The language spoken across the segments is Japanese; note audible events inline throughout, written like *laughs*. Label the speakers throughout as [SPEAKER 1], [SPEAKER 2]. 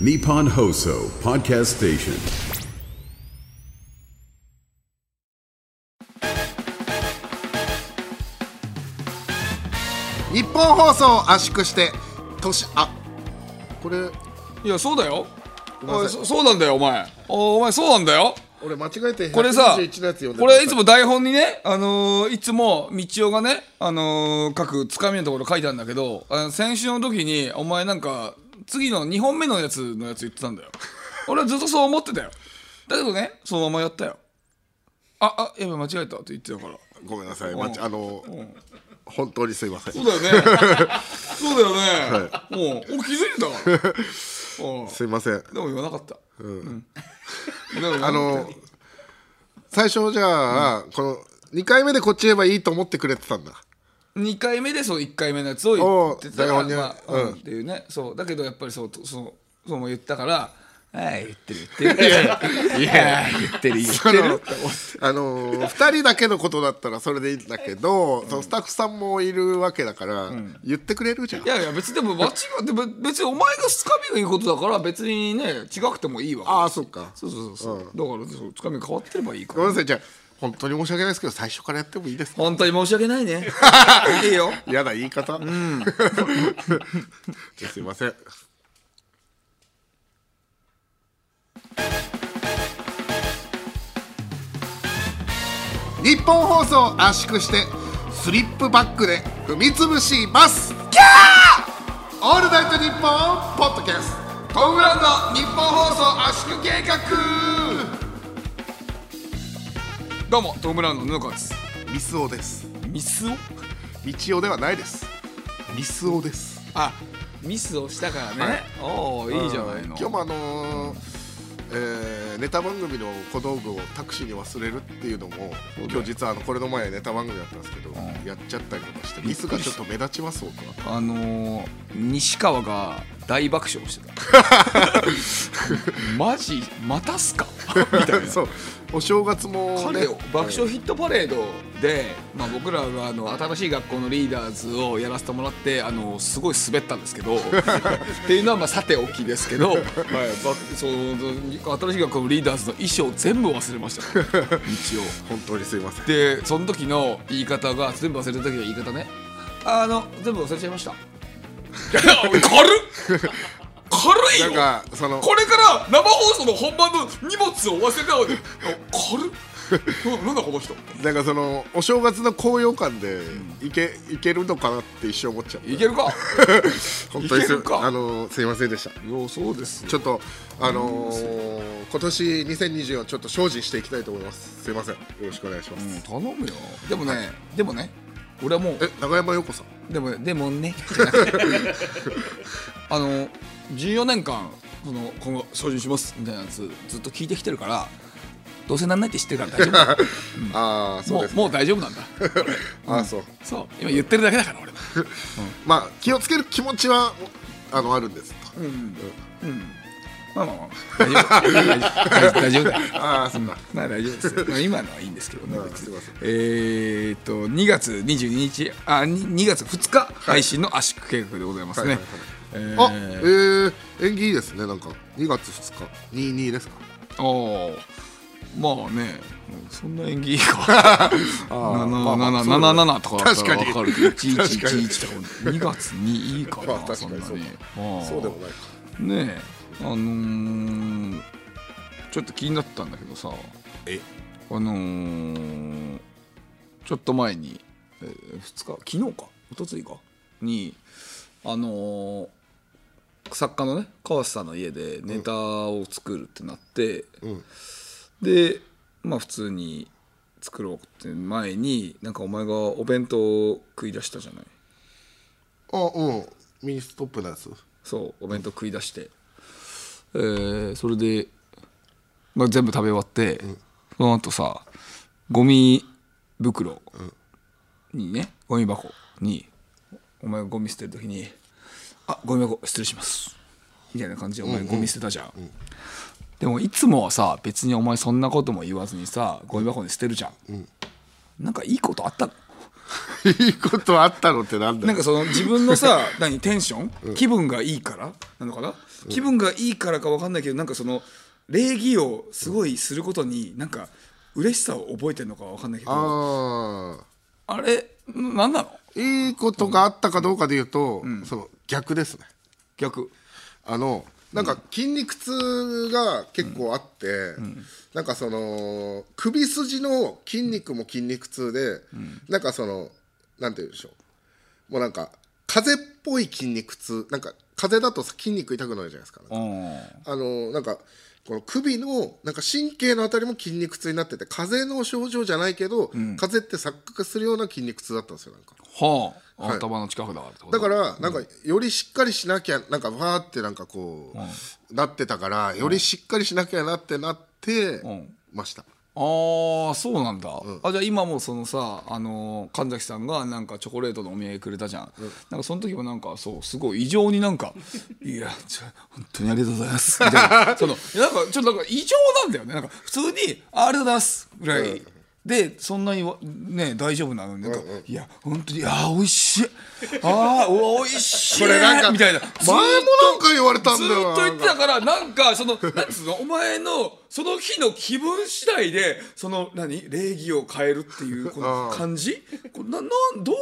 [SPEAKER 1] Nippon Hoso Podcast Station.
[SPEAKER 2] 日本放送を圧縮して年あこれ
[SPEAKER 3] いやそうだよ
[SPEAKER 2] めんなさい
[SPEAKER 3] おいそそうなんだよお前おお前そうなんだよ
[SPEAKER 2] 俺間違えて
[SPEAKER 3] これさ
[SPEAKER 2] 141のやつ読んでた
[SPEAKER 3] これいつも台本にね、あのーいつも道夫がね、あのー、各つかみのところ書いたんだけどあの先週の時にお前なんか次の2本目のやつのやつ言ってたんだよ *laughs* 俺はずっとそう思ってたよだけどねそのままやったよああやべ間違えたって言ってたから
[SPEAKER 2] ごめんなさいまちあの本当にすいません
[SPEAKER 3] そうだよね *laughs* そうだよね、もう俺気づいてたから
[SPEAKER 2] *laughs*
[SPEAKER 3] うん
[SPEAKER 2] すいません
[SPEAKER 3] でも言わなかったうん、でも言
[SPEAKER 2] *laughs*
[SPEAKER 3] わなかった
[SPEAKER 2] あの最初じゃあこの2回目でこっち言えばいいと思ってくれてたんだ
[SPEAKER 3] 2回目でその1回目のやつを言ってた
[SPEAKER 2] お
[SPEAKER 3] ら、
[SPEAKER 2] う台本に
[SPEAKER 3] まあ
[SPEAKER 2] う
[SPEAKER 3] うんん、っていうねそうだけどやっぱりそうとそうそうも言ったから「はい言ってる言ってる」い *laughs* や言ってる言って
[SPEAKER 2] あの
[SPEAKER 3] る
[SPEAKER 2] あの2人だけのことだったらそれでいいんだけど、そのスタッフさんもいるわけだから、言ってくれるじゃん
[SPEAKER 3] いやいや別にでも間違ってべ別にお前がつかみが言うことだから別にね違くてもいいわ
[SPEAKER 2] ああそっか
[SPEAKER 3] そうそうそう、うだからそうつかみ変わってればいいか
[SPEAKER 2] ごめん
[SPEAKER 3] ら
[SPEAKER 2] なさいじゃあ本当に申し訳ないですけど最初からやってもいいですか
[SPEAKER 3] 本当に申し訳ない *laughs* ねいいよ
[SPEAKER 2] 嫌な言い方、 *laughs* じゃあすいません日本放送を圧縮してスリップバックで踏みつぶしますキャーオールナイトニッポンポッドキャストトムブランド日本放送圧縮計画
[SPEAKER 3] どうもトム・ブラウンの布川です
[SPEAKER 2] ミスオです
[SPEAKER 3] ミスを
[SPEAKER 2] 道夫ではないですミスオです
[SPEAKER 3] あミスをしたからね、おおいいじゃない
[SPEAKER 2] 今
[SPEAKER 3] の
[SPEAKER 2] 日もあのーえーネタ番組の小道具をタクシーに忘れるっていうのも今日実はあのこれの前ネタ番組だったんですけど、やっちゃったりとかしてミスがちょっと目立ちます僕は
[SPEAKER 3] あのー、西川が大爆笑してた *laughs* マジまたす *laughs* か
[SPEAKER 2] そうお正月も、ね
[SPEAKER 3] 彼、爆笑ヒットパレードで、まあ、僕らがあの新しい学校のリーダーズをやらせてもらってあのすごい滑ったんですけ *laughs* どっていうのはまあさておきですけど、はい、ばその新しい学校のリーダーズの衣装全部忘れました、ね、 *laughs* 一応。
[SPEAKER 2] 本当にすいません
[SPEAKER 3] でその時の言い方が全部忘れた時の言い方ねあの全部忘れちゃいました *laughs* 軽っ軽い
[SPEAKER 2] なん
[SPEAKER 3] よ
[SPEAKER 2] かその
[SPEAKER 3] これから生放送の本番の荷物を忘れたので軽っななんだこの人
[SPEAKER 2] なんかそのお正月の高揚感でいけ,、いけるのかなって一瞬思っちゃう
[SPEAKER 3] いけるか
[SPEAKER 2] *laughs* 本当にす
[SPEAKER 3] いけるか
[SPEAKER 2] あのーすいませんでした
[SPEAKER 3] いやそうです
[SPEAKER 2] ちょっとあのー今年2024ちょっと精進していきたいと思いますすいませんよろしくお願いします、
[SPEAKER 3] 頼むよでもね、でもね俺はもう
[SPEAKER 2] え永山陽子さん
[SPEAKER 3] でもでも *laughs* ねじゃなくてあの14年間その今後精進しますみたいなやつずっと聞いてきてるからどうせなんないって知ってるから大丈夫
[SPEAKER 2] ああそう
[SPEAKER 3] も
[SPEAKER 2] で
[SPEAKER 3] う
[SPEAKER 2] す
[SPEAKER 3] もう大丈夫
[SPEAKER 2] *laughs*
[SPEAKER 3] なんだ
[SPEAKER 2] ああそう
[SPEAKER 3] そう今言ってるだけだから俺は
[SPEAKER 2] まあ気をつける気持ちはあのあるんですと、
[SPEAKER 3] まあまあまあ大丈夫大丈夫大丈夫だ
[SPEAKER 2] *laughs*
[SPEAKER 3] よ
[SPEAKER 2] ああそっか
[SPEAKER 3] まあ大丈夫ですよ、まあ、今のはいいんですけどね
[SPEAKER 2] うん
[SPEAKER 3] 別に
[SPEAKER 2] すいません
[SPEAKER 3] えーっと2月22日あに2月2日配信の圧縮計画でございますね、
[SPEAKER 2] はいはい
[SPEAKER 3] え
[SPEAKER 2] あ
[SPEAKER 3] ー
[SPEAKER 2] えー、縁起いいですねなんか2月2日22ですか
[SPEAKER 3] ああまあねそんな演技い
[SPEAKER 2] *laughs*
[SPEAKER 3] いか77とかだったら分かるけど
[SPEAKER 2] 確かに確かに
[SPEAKER 3] 1111とか2月にいいか
[SPEAKER 2] まあ確か
[SPEAKER 3] な
[SPEAKER 2] にそ
[SPEAKER 3] そんな
[SPEAKER 2] う
[SPEAKER 3] に
[SPEAKER 2] か
[SPEAKER 3] ああ
[SPEAKER 2] そうでもないか
[SPEAKER 3] ねえあのーちょっと気になったんだけどさ
[SPEAKER 2] え
[SPEAKER 3] あのーちょっと前に、えー、2日昨日か一昨日かにあのー作家のね川瀬さんの家でネタを作るってなって、
[SPEAKER 2] ん
[SPEAKER 3] でまあ普通に作ろうって前になんかお前がお弁当を食い出したじゃない
[SPEAKER 2] あうんミニストップのやつ
[SPEAKER 3] そうお弁当食い出して、えーそれで、まあ、全部食べ終わって、その後さゴミ袋にね、ゴミ箱にお前がゴミ捨てる時に「あゴミ箱失礼します」みたいな感じでお前ゴミ捨てたじゃん、でもいつもはさ別にお前そんなことも言わずにさゴミ箱に捨てるじゃん、なんかいいことあったの
[SPEAKER 2] いいことあったのってなんだ
[SPEAKER 3] なん
[SPEAKER 2] よ
[SPEAKER 3] かその自分の *laughs* さ何テンション、気分がいいからなのかな、気分がいいからか分かんないけどなんかその礼儀をすごいすることになんか嬉しさを覚えてるのか分かんないけどあ
[SPEAKER 2] あ
[SPEAKER 3] れなんなの
[SPEAKER 2] ーいいことがあったかどうかで言うと、その逆ですね
[SPEAKER 3] 逆
[SPEAKER 2] あのなんか筋肉痛が結構あって、なんかその首筋の筋肉も筋肉痛で、なんかそのなんて言うんでしょうもうなんか風邪っぽい筋肉痛なんか風邪だとさ筋肉痛くなるじゃないですか
[SPEAKER 3] うん
[SPEAKER 2] あのなんかこの首のなんか神経のあたりも筋肉痛になってて風邪の症状じゃないけど、風邪って錯覚するような筋肉痛だったんですよなんか
[SPEAKER 3] はあ、頭の近くだからってこと
[SPEAKER 2] だからなんかよりしっかりしなきゃなんかわーってなんかこうなってたからよりしっかりしなきゃなってなって
[SPEAKER 3] ん
[SPEAKER 2] ました
[SPEAKER 3] ああそうなんだ、あじゃあ今もそのさあのー神崎さんがなんかチョコレートのお土産くれたじゃん、なんかその時もなんかそうすごい異常になん *laughs* か「いやちょ本当にありがとうございます」みたい *laughs* なそのいやなんかちょっとなんか異常なんだよねなんか普通に「ありがとうございます」ぐらい、でそんなにわね大丈夫なのになんか、いや本当にあー美味しいあーお美味しい
[SPEAKER 2] これなんか
[SPEAKER 3] みたいな
[SPEAKER 2] 前もなんか言われたんだ
[SPEAKER 3] ずー
[SPEAKER 2] よ
[SPEAKER 3] っと言ってたからなんか
[SPEAKER 2] *laughs*
[SPEAKER 3] そのなんつうのお前のその日の気分次第でその何礼儀を変えるっていうこの感じこれななどういう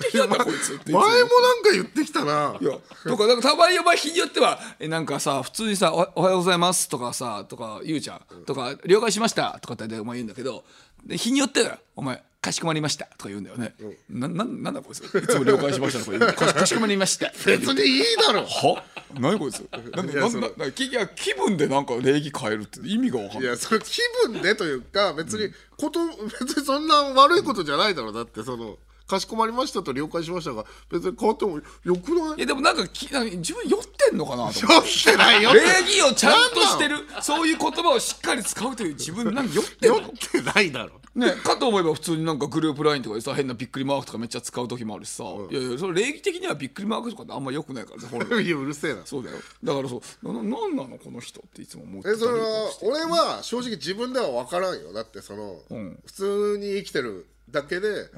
[SPEAKER 3] 目的なんだこいつっていつ
[SPEAKER 2] 前
[SPEAKER 3] も
[SPEAKER 2] もなんか言ってきたない
[SPEAKER 3] やとかなんかたまにお前日によってはえなんかさ普通にさお「おはようございます」とかさとか言うじゃんとか「了解しました」とかってお前言うんだけどで日によってはお前かしこまりましたとか言うんだよね。な、な、なんだこいつ。いつも了解しましたとか言う。かしかしこまりました。
[SPEAKER 2] *laughs* 別にいいだろ
[SPEAKER 3] は何こいつなんで
[SPEAKER 2] いや
[SPEAKER 3] なん
[SPEAKER 2] そ
[SPEAKER 3] な
[SPEAKER 2] の
[SPEAKER 3] な気いや気分でなんか礼儀変えるって意味が分かん
[SPEAKER 2] い
[SPEAKER 3] ない
[SPEAKER 2] やそれ気分でというか別にこと、別にそんな悪いことじゃないだろだってそのかしこまりましたと了解しましたが別に変わってもよくない
[SPEAKER 3] いやでもなんかきなんか自分酔ってんのかなと思
[SPEAKER 2] 酔ってないよ
[SPEAKER 3] って *laughs* 礼儀をちゃんとしてるそういう言葉をしっかり使うという自分なんか酔ってん
[SPEAKER 2] 酔
[SPEAKER 3] の
[SPEAKER 2] ってないだろ
[SPEAKER 3] ね、かと思えば普通になんかグループラインとかでさ変なびっくりマークとかめっちゃ使う時もあるしさ、いやいやそれ礼儀的にはびっくりマークとかってあんま良くないからね本来
[SPEAKER 2] いやうるせえな
[SPEAKER 3] そうだよだからそうなななんなのこの人っていつも思ってた
[SPEAKER 2] え
[SPEAKER 3] り
[SPEAKER 2] それは俺は正直自分では分からんよだってその、普通に生きてるだけで、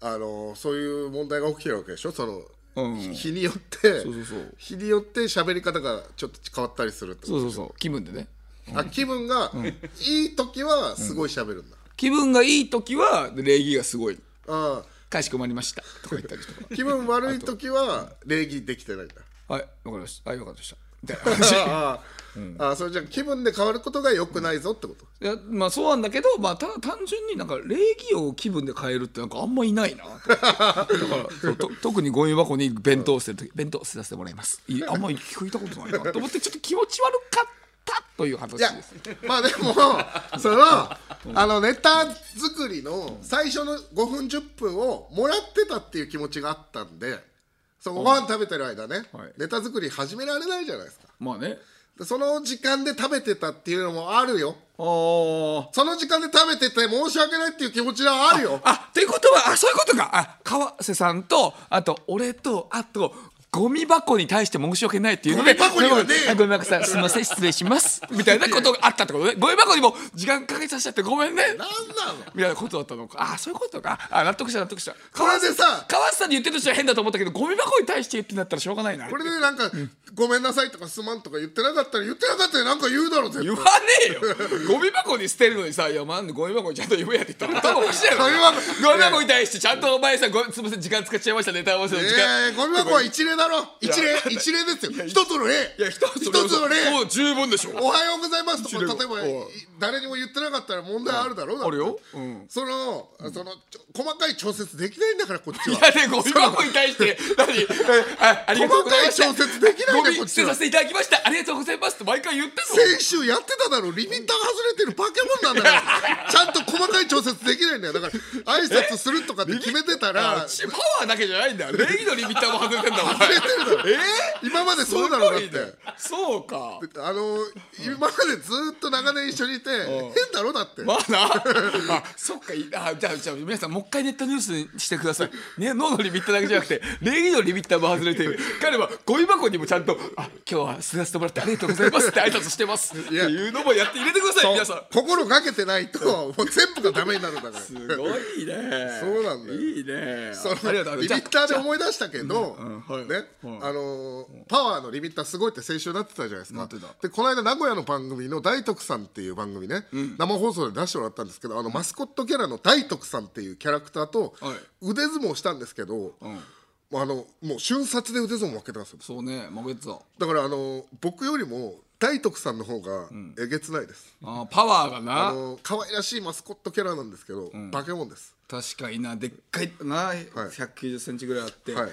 [SPEAKER 2] あのそういう問題が起きてるわけでしょその、
[SPEAKER 3] うん
[SPEAKER 2] 日日によって
[SPEAKER 3] うそうそう
[SPEAKER 2] 日によって喋り方がちょっと変わったりするって
[SPEAKER 3] そうそうそう気分でね
[SPEAKER 2] あ気分がいい時はすごい喋るんだ、
[SPEAKER 3] 気分がいい時は礼儀がすごい
[SPEAKER 2] あ
[SPEAKER 3] かしこまりましたとか言ったりとか
[SPEAKER 2] ー気分悪い時は礼儀できてないん
[SPEAKER 3] *laughs*
[SPEAKER 2] だ
[SPEAKER 3] はい、わかりました。はい、わかりました。みたいな感じ
[SPEAKER 2] あー、あーそれじゃあ気分で変わることが良くないぞってこと、
[SPEAKER 3] *laughs* いや、まあ、そうなんだけど、まあ、ただ単純になんか礼儀を気分で変えるって、なんかあんまいないなと。だから、そう *laughs* と特にゴミ箱に弁当を捨てる時、弁当を捨てさせてもらいます。いあんまり聞いたことないなと思って、ちょっと気持ち悪かったという話
[SPEAKER 2] いや
[SPEAKER 3] です。
[SPEAKER 2] まあでもそのあのネタ作りの最初の5分10分をもらってたっていう気持ちがあったんでそうご飯食べてる間ね、
[SPEAKER 3] はい
[SPEAKER 2] ネタ作り始められないじゃないですか
[SPEAKER 3] まあね。
[SPEAKER 2] でその時間で食べてたっていうのもあるよ
[SPEAKER 3] あー
[SPEAKER 2] その時間で食べてて申し訳ないっていう気持ちはあるよ
[SPEAKER 3] あ、ということは、あ、そういうことか。あ、川瀬さんと、あと、俺と、あと、ゴミ箱に対して申し訳ないっていうので、
[SPEAKER 2] ゴミ箱に
[SPEAKER 3] *laughs*
[SPEAKER 2] はね
[SPEAKER 3] あゴミ箱さん、すみません、失礼します。みたいなことがあったってことね。ゴミ箱にも時間かけさせちゃってごめんね。
[SPEAKER 2] なんなの
[SPEAKER 3] みたいなことだったのか。あ、そういうことか。あ、納得した、納得した。
[SPEAKER 2] これでさ
[SPEAKER 3] 川瀬さんに言ってるとしては変だと思ったけど、ゴミ箱に対して言ってんだったらしょうがないな。
[SPEAKER 2] これでなんか、ごめんなさいとかすまんとか言ってなかったら言ってなかったらなんか言うだろ絶対
[SPEAKER 3] 言わねえよゴミ箱に捨てるのにさ「いやなんでゴミ箱にちゃんと言えや」って言ったら
[SPEAKER 2] *laughs*
[SPEAKER 3] 頭おかしいやろ
[SPEAKER 2] ゴミ箱
[SPEAKER 3] ゴミ箱に対してちゃんとお前さご「すみません時間使っちゃいましたネタ合わせの時間」
[SPEAKER 2] えー、ゴミ箱は一例だろ一例一例ですよ一つの例
[SPEAKER 3] いや一つ
[SPEAKER 2] 一つの例
[SPEAKER 3] もう十分でしょ
[SPEAKER 2] おはようございますとか
[SPEAKER 3] 一例は
[SPEAKER 2] 例えば
[SPEAKER 3] おい
[SPEAKER 2] 誰にも言ってなかったら問題あるだろうだって
[SPEAKER 3] あるようん
[SPEAKER 2] そのそのちょ細かい調節できないんだからこっちはい
[SPEAKER 3] やね、ゴミ箱に対して、
[SPEAKER 2] *laughs*
[SPEAKER 3] 何、あ、ありがとうございました。
[SPEAKER 2] 細かい調節できないね
[SPEAKER 3] ゴミ
[SPEAKER 2] こっちは
[SPEAKER 3] 捨てさせていただきました。ありがとうございますって毎回言ってんの。
[SPEAKER 2] 先週やってただろリミッターが外れてる化け物なんだ
[SPEAKER 3] *laughs*
[SPEAKER 2] からちゃんと細かい調節できないんだよだから挨拶するとかって決めてたら *laughs*
[SPEAKER 3] あちパワーだけじゃないんだよ。礼儀のリミッターも外れてんだ、お前。
[SPEAKER 2] れてるだろ今までそうだろだっ
[SPEAKER 3] すごいね
[SPEAKER 2] て
[SPEAKER 3] そうか
[SPEAKER 2] あの今までずっと長年一緒にいて変だろだって
[SPEAKER 3] まあなあそっかいあじゃあじゃあ皆さんもう一回ネットニュースにしてください、ね、脳のリミッターだけじゃなくて礼儀のリミッターも外れて彼はゴミ箱にもちゃんと「あ今日は捨てさせてもらってありがとうございます」って挨拶してますって
[SPEAKER 2] や
[SPEAKER 3] いうのもやって入れてください皆さん
[SPEAKER 2] 心がけてないともう全部がダメになるんだから
[SPEAKER 3] すごいね
[SPEAKER 2] そうなんだよ
[SPEAKER 3] いいね
[SPEAKER 2] そ
[SPEAKER 3] ありがと
[SPEAKER 2] の
[SPEAKER 3] う
[SPEAKER 2] リミッターで思い出したけど、
[SPEAKER 3] んはい
[SPEAKER 2] ね、
[SPEAKER 3] はい
[SPEAKER 2] あのーパワーのリミッターすごいって先週なってたじゃないですか
[SPEAKER 3] なってた
[SPEAKER 2] でこの間名古屋の番組の大徳さんっていう番組ね、生放送で出してもらったんですけどあのマスコットキャラの大徳さんっていうキャラクターと
[SPEAKER 3] はい
[SPEAKER 2] 腕相撲したんですけど、もうあのもう瞬殺で腕相撲負けたんですよ
[SPEAKER 3] そうね負けてた
[SPEAKER 2] だからあのー僕よりも大徳さんの方がえげつないです、
[SPEAKER 3] あパワーがな、
[SPEAKER 2] あのー可愛らしいマスコットキャラなんですけど、化け物です
[SPEAKER 3] 確かになでっかいな、190センチぐらいあって、
[SPEAKER 2] はい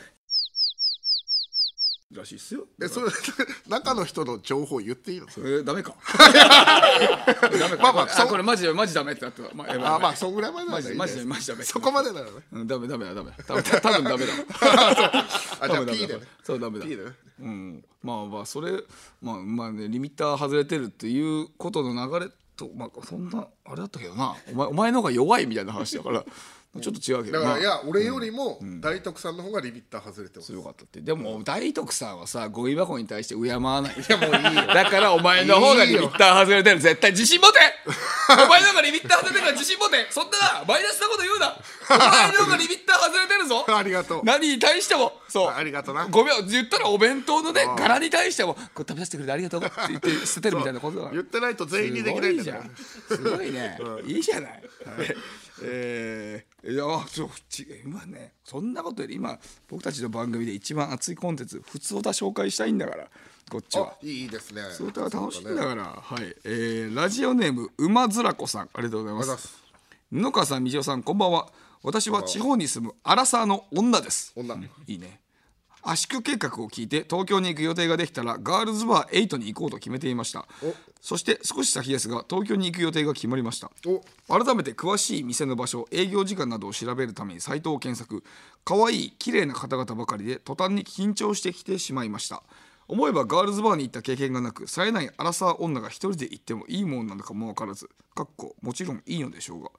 [SPEAKER 3] らしいっすよ
[SPEAKER 2] えそれ *laughs* 中の人の情報言っていいの
[SPEAKER 3] えー、ダメかダ *laughs* メか、
[SPEAKER 2] まあまあ
[SPEAKER 3] これ
[SPEAKER 2] そう
[SPEAKER 3] これマジでマジダメってなってた、まあ、やばい
[SPEAKER 2] あまあそんぐらいまでならいいね
[SPEAKER 3] マジでマジでマジで
[SPEAKER 2] そこまでならね
[SPEAKER 3] うん、ダメダメだダ *laughs* メだ多分多分ダメだ
[SPEAKER 2] あじゃあ P でね
[SPEAKER 3] そうダメだ
[SPEAKER 2] P でね
[SPEAKER 3] うん、まあまあそれまあまあねリミッター外れてるっていうことの流れとまあそんなあれだったけどなお前お前の方が弱いみたいな話
[SPEAKER 2] *laughs*
[SPEAKER 3] だからちょっと違うけ
[SPEAKER 2] だ
[SPEAKER 3] ど
[SPEAKER 2] から
[SPEAKER 3] ない
[SPEAKER 2] や俺よりも大徳さんの方がリミッター外れてます
[SPEAKER 3] 強かったってでも大徳さんはさゴミ箱に対して敬わない
[SPEAKER 2] やもういいよ
[SPEAKER 3] だからお前の方がリミッター外れてる絶対自信持てお前の方がリミッター外れてるから自信持てそんなマイナスなこと言うなお前の方がリミッター外れてる
[SPEAKER 2] *laughs*
[SPEAKER 3] ぞ
[SPEAKER 2] ありがとう
[SPEAKER 3] 何に対してもそう
[SPEAKER 2] ありがとな
[SPEAKER 3] ごめん言ったらお弁当のね柄に対してもこれ食べさせてくれてありがとうって言って捨てるみたいなことだから
[SPEAKER 2] 言ってないと全員にできないんだから
[SPEAKER 3] すごいじゃんすごいね、いいじゃない、えー、いやそうち今ねそんなことより今僕たちの番組で一番熱いコンテンツ普通歌紹介したいんだからこっち
[SPEAKER 2] あ
[SPEAKER 3] はい
[SPEAKER 2] いですね
[SPEAKER 3] 普通歌は楽しいんだから、はい、えー、ラジオネーム馬ずらこさんありがとうございま
[SPEAKER 2] ありがとうございますす
[SPEAKER 3] 布川さんみじおさんこんばんは私は地方に住むアラサーの女です
[SPEAKER 2] 女
[SPEAKER 3] いいね圧縮計画を聞いて東京に行く予定ができたらガールズバー8に行こうと決めていましたそして少し先ですが東京に行く予定が決まりました
[SPEAKER 2] お
[SPEAKER 3] 改めて詳しい店の場所営業時間などを調べるためにサイトを検索可愛い綺麗な方々ばかりで途端に緊張してきてしまいました思えばガールズバーに行った経験がなく冴えないアラサー女が一人で行ってもいいものなのかも分からずかっこもちろんいいのでしょうが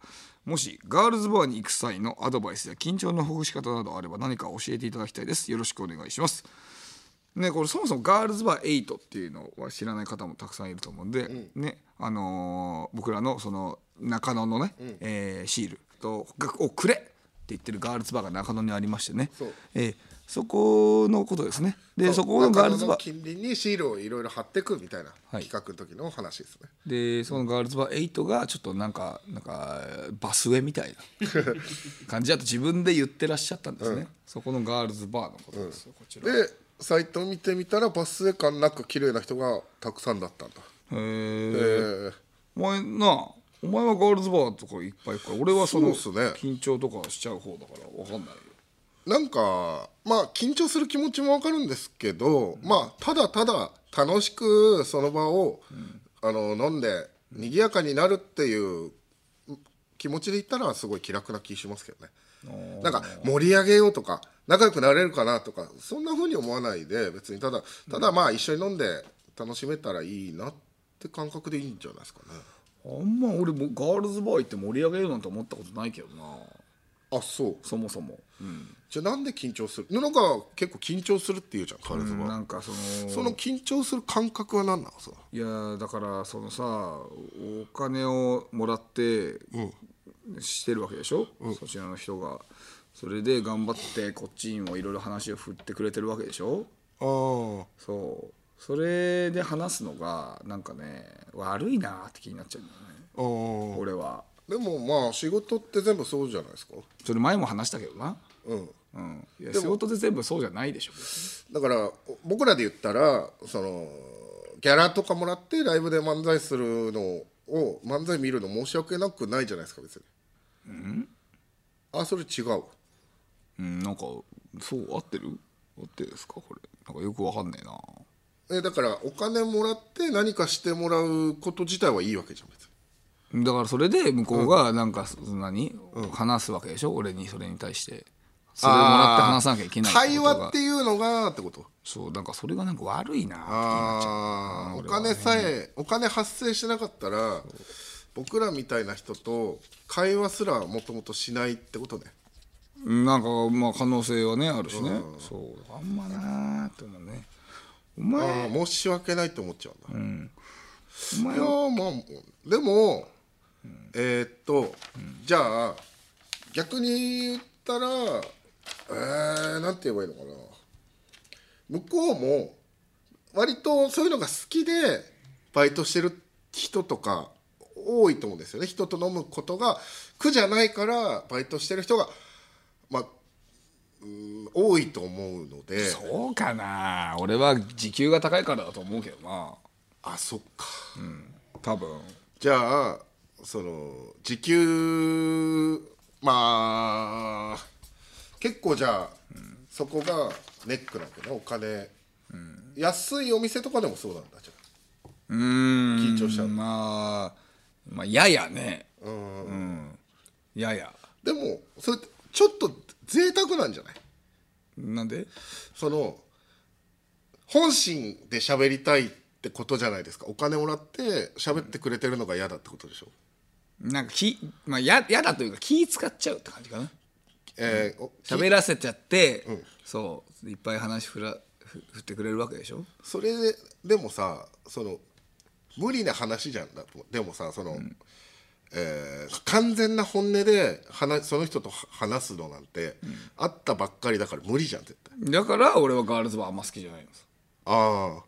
[SPEAKER 3] もしガールズバーに行く際のアドバイスや緊張のほぐし方などあれば何か教えていただきたいですよろしくお願いしますね、これそもそもガールズバー8っていうのは知らない方もたくさんいると思うんで、ねあのー僕らのその中野のね、えーシールとがをくれって言ってるガールズバーが中野にありましてね
[SPEAKER 2] そう
[SPEAKER 3] えーそこのことですねでそこのガールズバ
[SPEAKER 2] 中
[SPEAKER 3] ー
[SPEAKER 2] 野の近隣にシールをいろいろ貼ってくみたいな
[SPEAKER 3] はい
[SPEAKER 2] 企画の時の話ですね
[SPEAKER 3] でそのガールズバー8がちょっとなんかなんかバス上みたいな感じだと自分で言ってらっしゃったんですね、そこのガールズバーのことです、こちら
[SPEAKER 2] でサイトを見てみたらバスエ感なく綺麗な人がたくさんだったんだ
[SPEAKER 3] へ
[SPEAKER 2] え
[SPEAKER 3] ー
[SPEAKER 2] ー
[SPEAKER 3] お前なお前はガールズバーとかいっぱい行くから俺はその
[SPEAKER 2] そうっすね
[SPEAKER 3] 緊張とかしちゃう方だから分かんないよ
[SPEAKER 2] なんかまあ緊張する気持ちもわかるんですけど、まあただただ楽しくその場を、あの飲んで賑やかになるっていう気持ちで言ったらすごい気楽な気しますけどねなんか盛り上げようとか仲良くなれるかなとかそんな風に思わないで別にただただまあ一緒に飲んで楽しめたらいいなって感覚でいいんじゃないですかね
[SPEAKER 3] あんま俺もガールズバー行って盛り上げようなんて思ったことないけどな
[SPEAKER 2] あそう
[SPEAKER 3] そもそも、うん
[SPEAKER 2] じゃあなんで緊張する布川結構緊張するっていうじゃんカールズバー
[SPEAKER 3] なんかその
[SPEAKER 2] その緊張する感覚は何なのさ
[SPEAKER 3] いやーだからそのさお金をもらってしてるわけでしょ、そちらの人がそれで頑張ってこっちにもいろいろ話を振ってくれてるわけでしょ
[SPEAKER 2] あ
[SPEAKER 3] そうそれで話すのがなんかね悪いなーって気になっちゃうんだよね
[SPEAKER 2] あで
[SPEAKER 3] 俺は
[SPEAKER 2] もまあ仕事って全部そうじゃないですか
[SPEAKER 3] それ前も話したけどな、
[SPEAKER 2] うん
[SPEAKER 3] うん、いや仕事で全部そうじゃないでしょ
[SPEAKER 2] だからお僕らで言ったらそのギャラとかもらってライブで漫才するのを漫才見るの申し訳なくないじゃないですか別にうんあそれ違う
[SPEAKER 3] うんなんかそう合ってる合ってるですかこれなんかよくわかんねえな
[SPEAKER 2] えだからお金もらって何かしてもらうこと自体はいいわけじゃん別に
[SPEAKER 3] だからそれで向こうがなんか、そんなに話すわけでしょ、俺にそれに対してそれをもらって話さなきゃいけない
[SPEAKER 2] 会
[SPEAKER 3] ことが
[SPEAKER 2] 話っていうのがってこと
[SPEAKER 3] そうなんかそれがなんか悪いな
[SPEAKER 2] ああお金さえお金発生しなかったら僕らみたいな人と会話すらもともとしないってことね
[SPEAKER 3] なんかまあ可能性はねあるしねそうあんまなーって思うねお前
[SPEAKER 2] ああ申し訳ないと思っちゃうんだ、
[SPEAKER 3] お前
[SPEAKER 2] いや
[SPEAKER 3] は
[SPEAKER 2] ーまあでも、えーっと、じゃあ逆に言ったらえー、なんて言えばいいのかな向こうも割とそういうのが好きでバイトしてる人とか多いと思うんですよね人と飲むことが苦じゃないからバイトしてる人がまあうん多いと思うので
[SPEAKER 3] そうかな俺は時給が高いからだと思うけどな
[SPEAKER 2] あそっか
[SPEAKER 3] 多分
[SPEAKER 2] じゃあその時給まあ結構じゃあ、そこがネックなんだねお金、安いお店とかでもそうなんだじゃ
[SPEAKER 3] うーん
[SPEAKER 2] 緊張しちゃう
[SPEAKER 3] まあまあややねうん、やや
[SPEAKER 2] あでもそれちょっと贅沢なんじゃない
[SPEAKER 3] なんで
[SPEAKER 2] その本心で喋りたいってことじゃないですかお金もらって喋ってくれてるのが嫌だってことでしょ、
[SPEAKER 3] なんかき、まあ、ややだというか気使っちゃうって感じかな
[SPEAKER 2] えーお
[SPEAKER 3] 喋らせちゃって、そういっぱい話ふらふ振ってくれるわけでしょ
[SPEAKER 2] それででもさその無理な話じゃんだとでもさその、えー完全な本音で話その人とは話すのなんて、会ったばっかりだから無理じゃん絶対
[SPEAKER 3] だから俺はガールズバーあんま好きじゃないんです
[SPEAKER 2] あ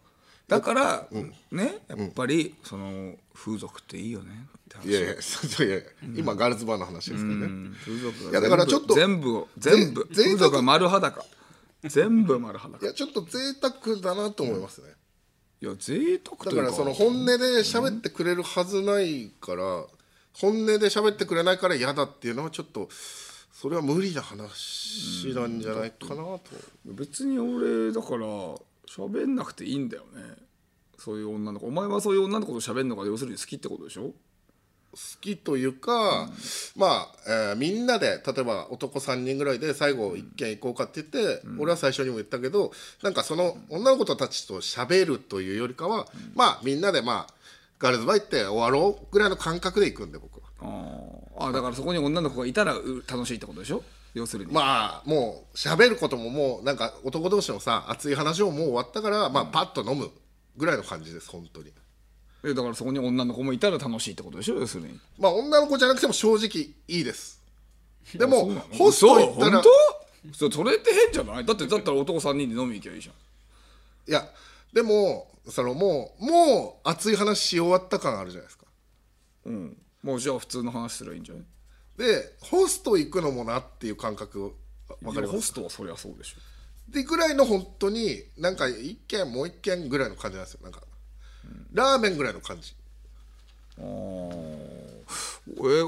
[SPEAKER 3] だから、ねやっぱり、その風俗っていいよねって
[SPEAKER 2] あ
[SPEAKER 3] 話
[SPEAKER 2] いやいやそういやいや今ガールズバーの話ですからね、
[SPEAKER 3] 風俗
[SPEAKER 2] いやだからちょっと
[SPEAKER 3] 全部を全部
[SPEAKER 2] ぜ
[SPEAKER 3] 風俗は丸裸全部丸
[SPEAKER 2] い
[SPEAKER 3] 裸い
[SPEAKER 2] やちょっと贅沢だなと思いますね、
[SPEAKER 3] や贅沢とい
[SPEAKER 2] だか
[SPEAKER 3] うから
[SPEAKER 2] その本音で喋ってくれるはずないから、本音で喋ってくれないから嫌だっていうのはちょっとそれは無理な話なんじゃないかなと、
[SPEAKER 3] 別に俺だから喋んなくていいんだよねそういう女の子お前はそういう女の子と喋んのが要するに好きってことでしょ
[SPEAKER 2] 好きというか、まあ、えーみんなで例えば男3人ぐらいで最後一軒行こうかって言って、俺は最初にも言ったけどなんかその女の子たちと喋るというよりかは、まあみんなでまあガールズバイって終わろうぐらいの感覚で行くんで僕は
[SPEAKER 3] あーあだからそこに女の子がいたらう楽しいってことでしょ要するに、
[SPEAKER 2] まあもう喋ることももうなんか男同士のさ熱い話をもう終わったから、まあパッと飲むぐらいの感じです本当に
[SPEAKER 3] えだからそこに女の子もいたら楽しいってことでしょ要するに
[SPEAKER 2] まあ女の子じゃなくても正直いいですでもホス
[SPEAKER 3] 嘘
[SPEAKER 2] ト行ったら
[SPEAKER 3] 本当そそれって変じゃないだってだったら男3人で飲み行けばいいじゃん
[SPEAKER 2] いやでもそのもうもう熱い話し終わった感あるじゃないですか
[SPEAKER 3] うんもうじゃあ普通の話すればいいんじゃない
[SPEAKER 2] でホスト行くのもなっていう感覚わかり
[SPEAKER 3] いや
[SPEAKER 2] ま
[SPEAKER 3] ホ
[SPEAKER 2] す
[SPEAKER 3] ストはそりゃそうでしょ
[SPEAKER 2] でぐらいの本当になんか一軒もう一軒ぐらいの感じなんですよなんか、ラーメンぐらいの感じ
[SPEAKER 3] あー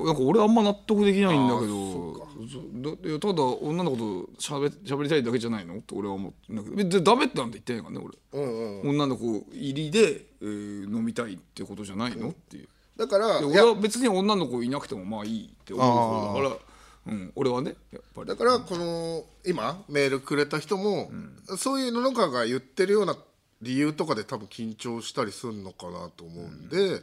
[SPEAKER 3] えなんか俺あんま納得できないんだけどそだいやただ女の子としゃべしゃべりたいだけじゃないのって俺は思ってんだけど別にダメってなんて言ってないからね俺、女の子入りで、えー飲みたいってことじゃないのっていう
[SPEAKER 2] だから
[SPEAKER 3] で
[SPEAKER 2] い
[SPEAKER 3] 俺
[SPEAKER 2] や
[SPEAKER 3] は別に女の子いなくてもまあいいって思う方だから、うん、俺はねやっぱり
[SPEAKER 2] だからこの今メールくれた人も、そういう野中が言ってるような理由とかで多分緊張したりするのかなと思うんで、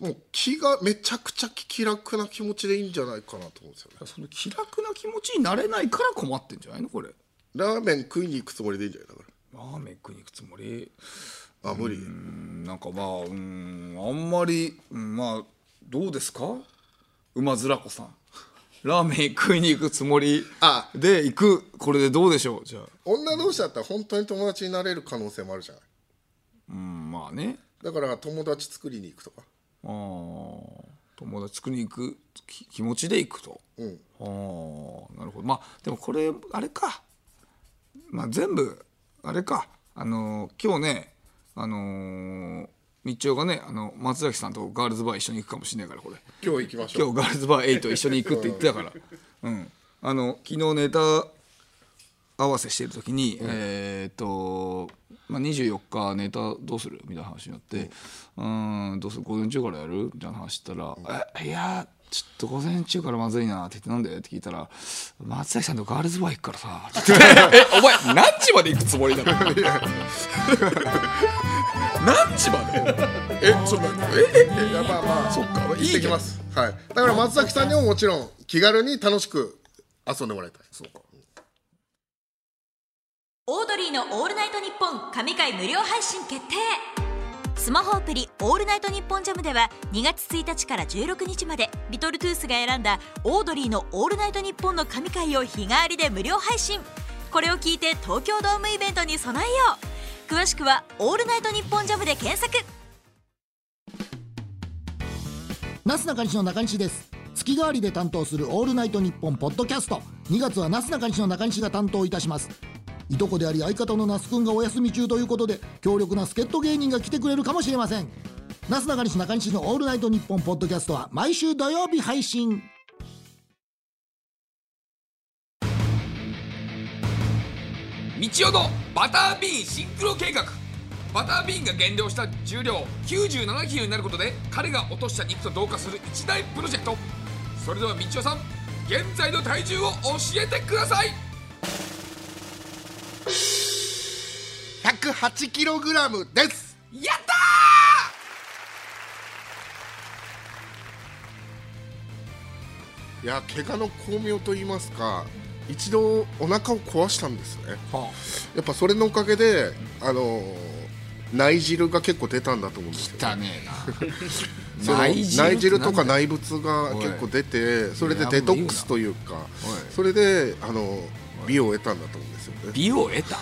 [SPEAKER 2] もう気がめちゃくちゃ気楽な気持ちでいいんじゃないかなと思うんですよね
[SPEAKER 3] その気楽な気持ちになれないから困ってんじゃないのこれ
[SPEAKER 2] ラーメン食いに行くつもりでいいんじゃないだか
[SPEAKER 3] ラーメン食いに行くつもり
[SPEAKER 2] らあ無理
[SPEAKER 3] うんなんかまあうんあんまり、うんまあどうですか馬ずらこさんラーメン食いに行くつもり
[SPEAKER 2] あ
[SPEAKER 3] で行くこれでどうでしょうじゃあ
[SPEAKER 2] 女同士だったら本当に友達になれる可能性もあるじゃない
[SPEAKER 3] うんまあね
[SPEAKER 2] だから友達作りに行くとか
[SPEAKER 3] あー友達作りに行くき気持ちで行くと、
[SPEAKER 2] うん
[SPEAKER 3] ああなるほどまあでもこれあれかまあ全部あれかあのー今日ねあのー日曜がねあの松崎さんとガールズバー一緒に行くかもしれないからこれ
[SPEAKER 2] 今日行きましょう
[SPEAKER 3] 今日ガールズバー8一緒に行くって言ってたから、うん、あの昨日ネタ合わせしてる時に、えーっと、まあ、24日ネタどうするみたいな話になって「うーんどうする午前中からやる?」みたいな話したら「えいやちょっと午前中からまずいなって言ってなんでって聞いたら松崎さんとガールズバー行くからさ
[SPEAKER 2] *laughs*
[SPEAKER 3] って言ってえお前何時まで行くつもりなの何時までえちょっとええ
[SPEAKER 2] いやまあまあ
[SPEAKER 3] そっかいい
[SPEAKER 2] 行ってき
[SPEAKER 3] けど
[SPEAKER 2] ますはいだから松崎さんにももちろん気軽に楽しく遊んでもらいたいそうか
[SPEAKER 4] オードリーの「オールナイトニッポン」神回無料配信決定スマホアプリ「オールナイトニッポンジャムでは2月1日から16日までリトルトゥースが選んだオードリーの「オールナイトニッポン」の神回を日替わりで無料配信これを聞いて東京ドームイベントに備えよう詳しくは「オールナイトニッポンジャムで検索
[SPEAKER 5] なすなかにしの中西です月替わりで担当する「オールナイトニッポン」ポッドキャスト2月はなすなかにしの中西が担当いたしますいとこであり相方の那須くんがお休み中ということで強力な助っ人芸人が来てくれるかもしれませんなすなかにし中西の「オールナイトニッポン」ポッドキャストは毎週土曜日配信
[SPEAKER 3] 道夫のバタービーンシンクロ計画バタービーンが減量した重量9 7キロになることで彼が落とした肉と同化する一大プロジェクトそれでは道夫さん現在の体重を教えてください
[SPEAKER 2] 108キログラムです
[SPEAKER 3] やった
[SPEAKER 2] いや怪我の巧妙と言いますか一度お腹を壊したんですね
[SPEAKER 3] ー、は
[SPEAKER 2] やっぱそれのおかげであのー内汁が結構出たんだと思うんですよ
[SPEAKER 3] 汚ね
[SPEAKER 2] *laughs*
[SPEAKER 3] え
[SPEAKER 2] その
[SPEAKER 3] な
[SPEAKER 2] 内汁とか
[SPEAKER 3] い
[SPEAKER 2] 内物が結構出てそれでデトックスというか
[SPEAKER 3] い
[SPEAKER 2] それであの美を得たんだと思うんですよね
[SPEAKER 3] 美を
[SPEAKER 2] *laughs*
[SPEAKER 3] 得た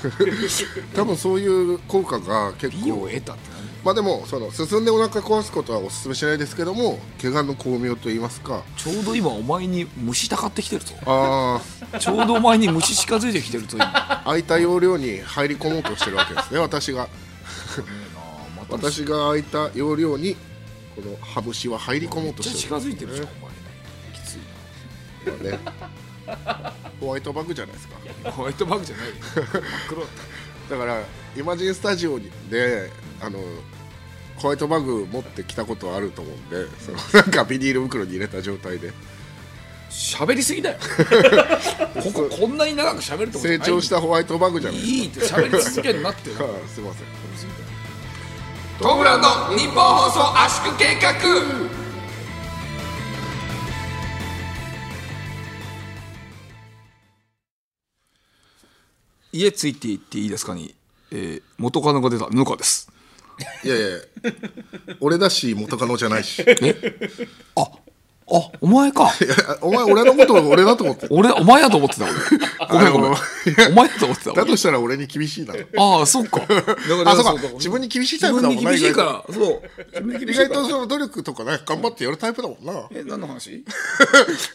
[SPEAKER 2] 多分そういう効果が結
[SPEAKER 3] 美を
[SPEAKER 2] 構
[SPEAKER 3] 得たって
[SPEAKER 2] まあでもその進んでお腹壊すことはお勧めしないですけども怪我の巧妙と言いますか
[SPEAKER 3] ちょうど今お前に虫たかってきてるぞ
[SPEAKER 2] あ
[SPEAKER 3] ちょうどお前に虫近づいてきてるぞ今
[SPEAKER 2] あ *laughs* 空いた容量に入り込もうとしてるわけですね私が私が空いた容量にこの羽節は入り込もうと
[SPEAKER 3] めっちゃ
[SPEAKER 2] して
[SPEAKER 3] 近
[SPEAKER 2] る
[SPEAKER 3] づいてるじゃんお
[SPEAKER 2] *laughs*
[SPEAKER 3] 前きつい
[SPEAKER 2] ねホワイトバッグじゃないですか
[SPEAKER 3] なホワイトバッグじゃないよ真っ黒だった
[SPEAKER 2] だからイマジンスタジオにであのホワイトバッグ持ってきたことはあると思うんでその *laughs* なんかビニール袋に入れた状態で
[SPEAKER 3] 喋りすぎ
[SPEAKER 2] *laughs*
[SPEAKER 3] だよこここんなに長く喋るとこじ
[SPEAKER 2] 成
[SPEAKER 3] ゃない
[SPEAKER 2] 長したホワイトバッグじゃないです
[SPEAKER 3] いいって喋り続けるなって
[SPEAKER 2] かはいすいません
[SPEAKER 3] トムランの日本放送圧縮計画家ついていっていいですかに、えー、元カノが出たぬかです
[SPEAKER 2] いやいや俺だし元カノじゃないしい
[SPEAKER 3] ああお前か
[SPEAKER 2] やお前俺のことを俺だと思って
[SPEAKER 3] 俺お前やと思ってた俺ごめんごめんお前やと思ってた
[SPEAKER 2] だ
[SPEAKER 3] 俺
[SPEAKER 2] としたら俺に厳しいなと
[SPEAKER 3] ああそっかだから
[SPEAKER 2] あそうか自分に厳しいタイプだもんな
[SPEAKER 3] 自分に厳しいからそう自分に厳
[SPEAKER 2] 意
[SPEAKER 3] しい
[SPEAKER 2] 外
[SPEAKER 3] か
[SPEAKER 2] と
[SPEAKER 3] ら
[SPEAKER 2] その努力とかね頑張ってやるタイプだもん *laughs* な
[SPEAKER 3] え何の話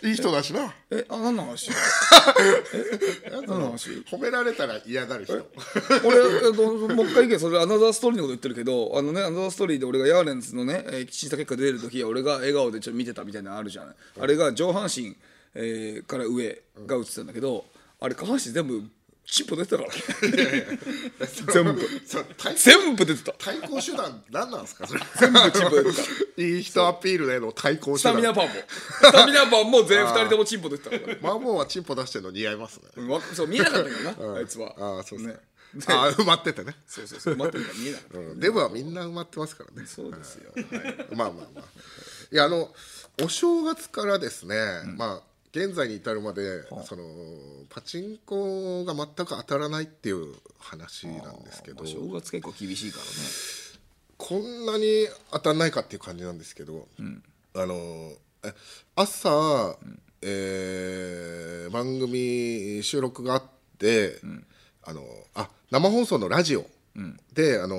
[SPEAKER 2] いい人だしな
[SPEAKER 3] え、あ、何の話え何の話
[SPEAKER 2] 褒められたら嫌がる *laughs* 人
[SPEAKER 3] 俺、えっと、もう一回言うけど、それアナザーストーリーのこと言ってるけど、あのね、アナザーストーリーで俺がヤーレンズのね、えー、審査結果出るとき、俺が笑顔でちょっと見てたみたいなのあるじゃない。あれが上半身、えーから上が映ってたんだけど、あれ下半身全部、チンポ出てたか
[SPEAKER 2] *laughs*
[SPEAKER 3] らね。全部、
[SPEAKER 2] そう対
[SPEAKER 3] 全部出てた。
[SPEAKER 2] 対抗手段何なんですか *laughs* それ
[SPEAKER 3] 全部チンポ出てた。
[SPEAKER 2] いい人アピールへの対抗
[SPEAKER 3] ス
[SPEAKER 2] 手
[SPEAKER 3] タ
[SPEAKER 2] 段
[SPEAKER 3] ミナパンも。スタミナパンも全員二人ともチンポ出てたからね。
[SPEAKER 2] マンモーはチンポ出してるの似合いますね
[SPEAKER 3] うんわそう、見えなかったけどな、あいつは。
[SPEAKER 2] ああそうですね
[SPEAKER 3] ね
[SPEAKER 2] ああ埋まっててね
[SPEAKER 3] そうそうそう、待ってるから見えなかった。
[SPEAKER 2] うんデブはみんな埋まってますからね
[SPEAKER 3] そうですよ。
[SPEAKER 2] まあまあまあいやあのお正月からですね、まあ現在に至るまで、そのパチンコが全く当たらないっていう話なんですけど
[SPEAKER 3] 正月結構厳しいからね
[SPEAKER 2] こんなに当たんないかっていう感じなんですけど、あのえ朝、えー番組収録があって、あのあ生放送のラジオで、あの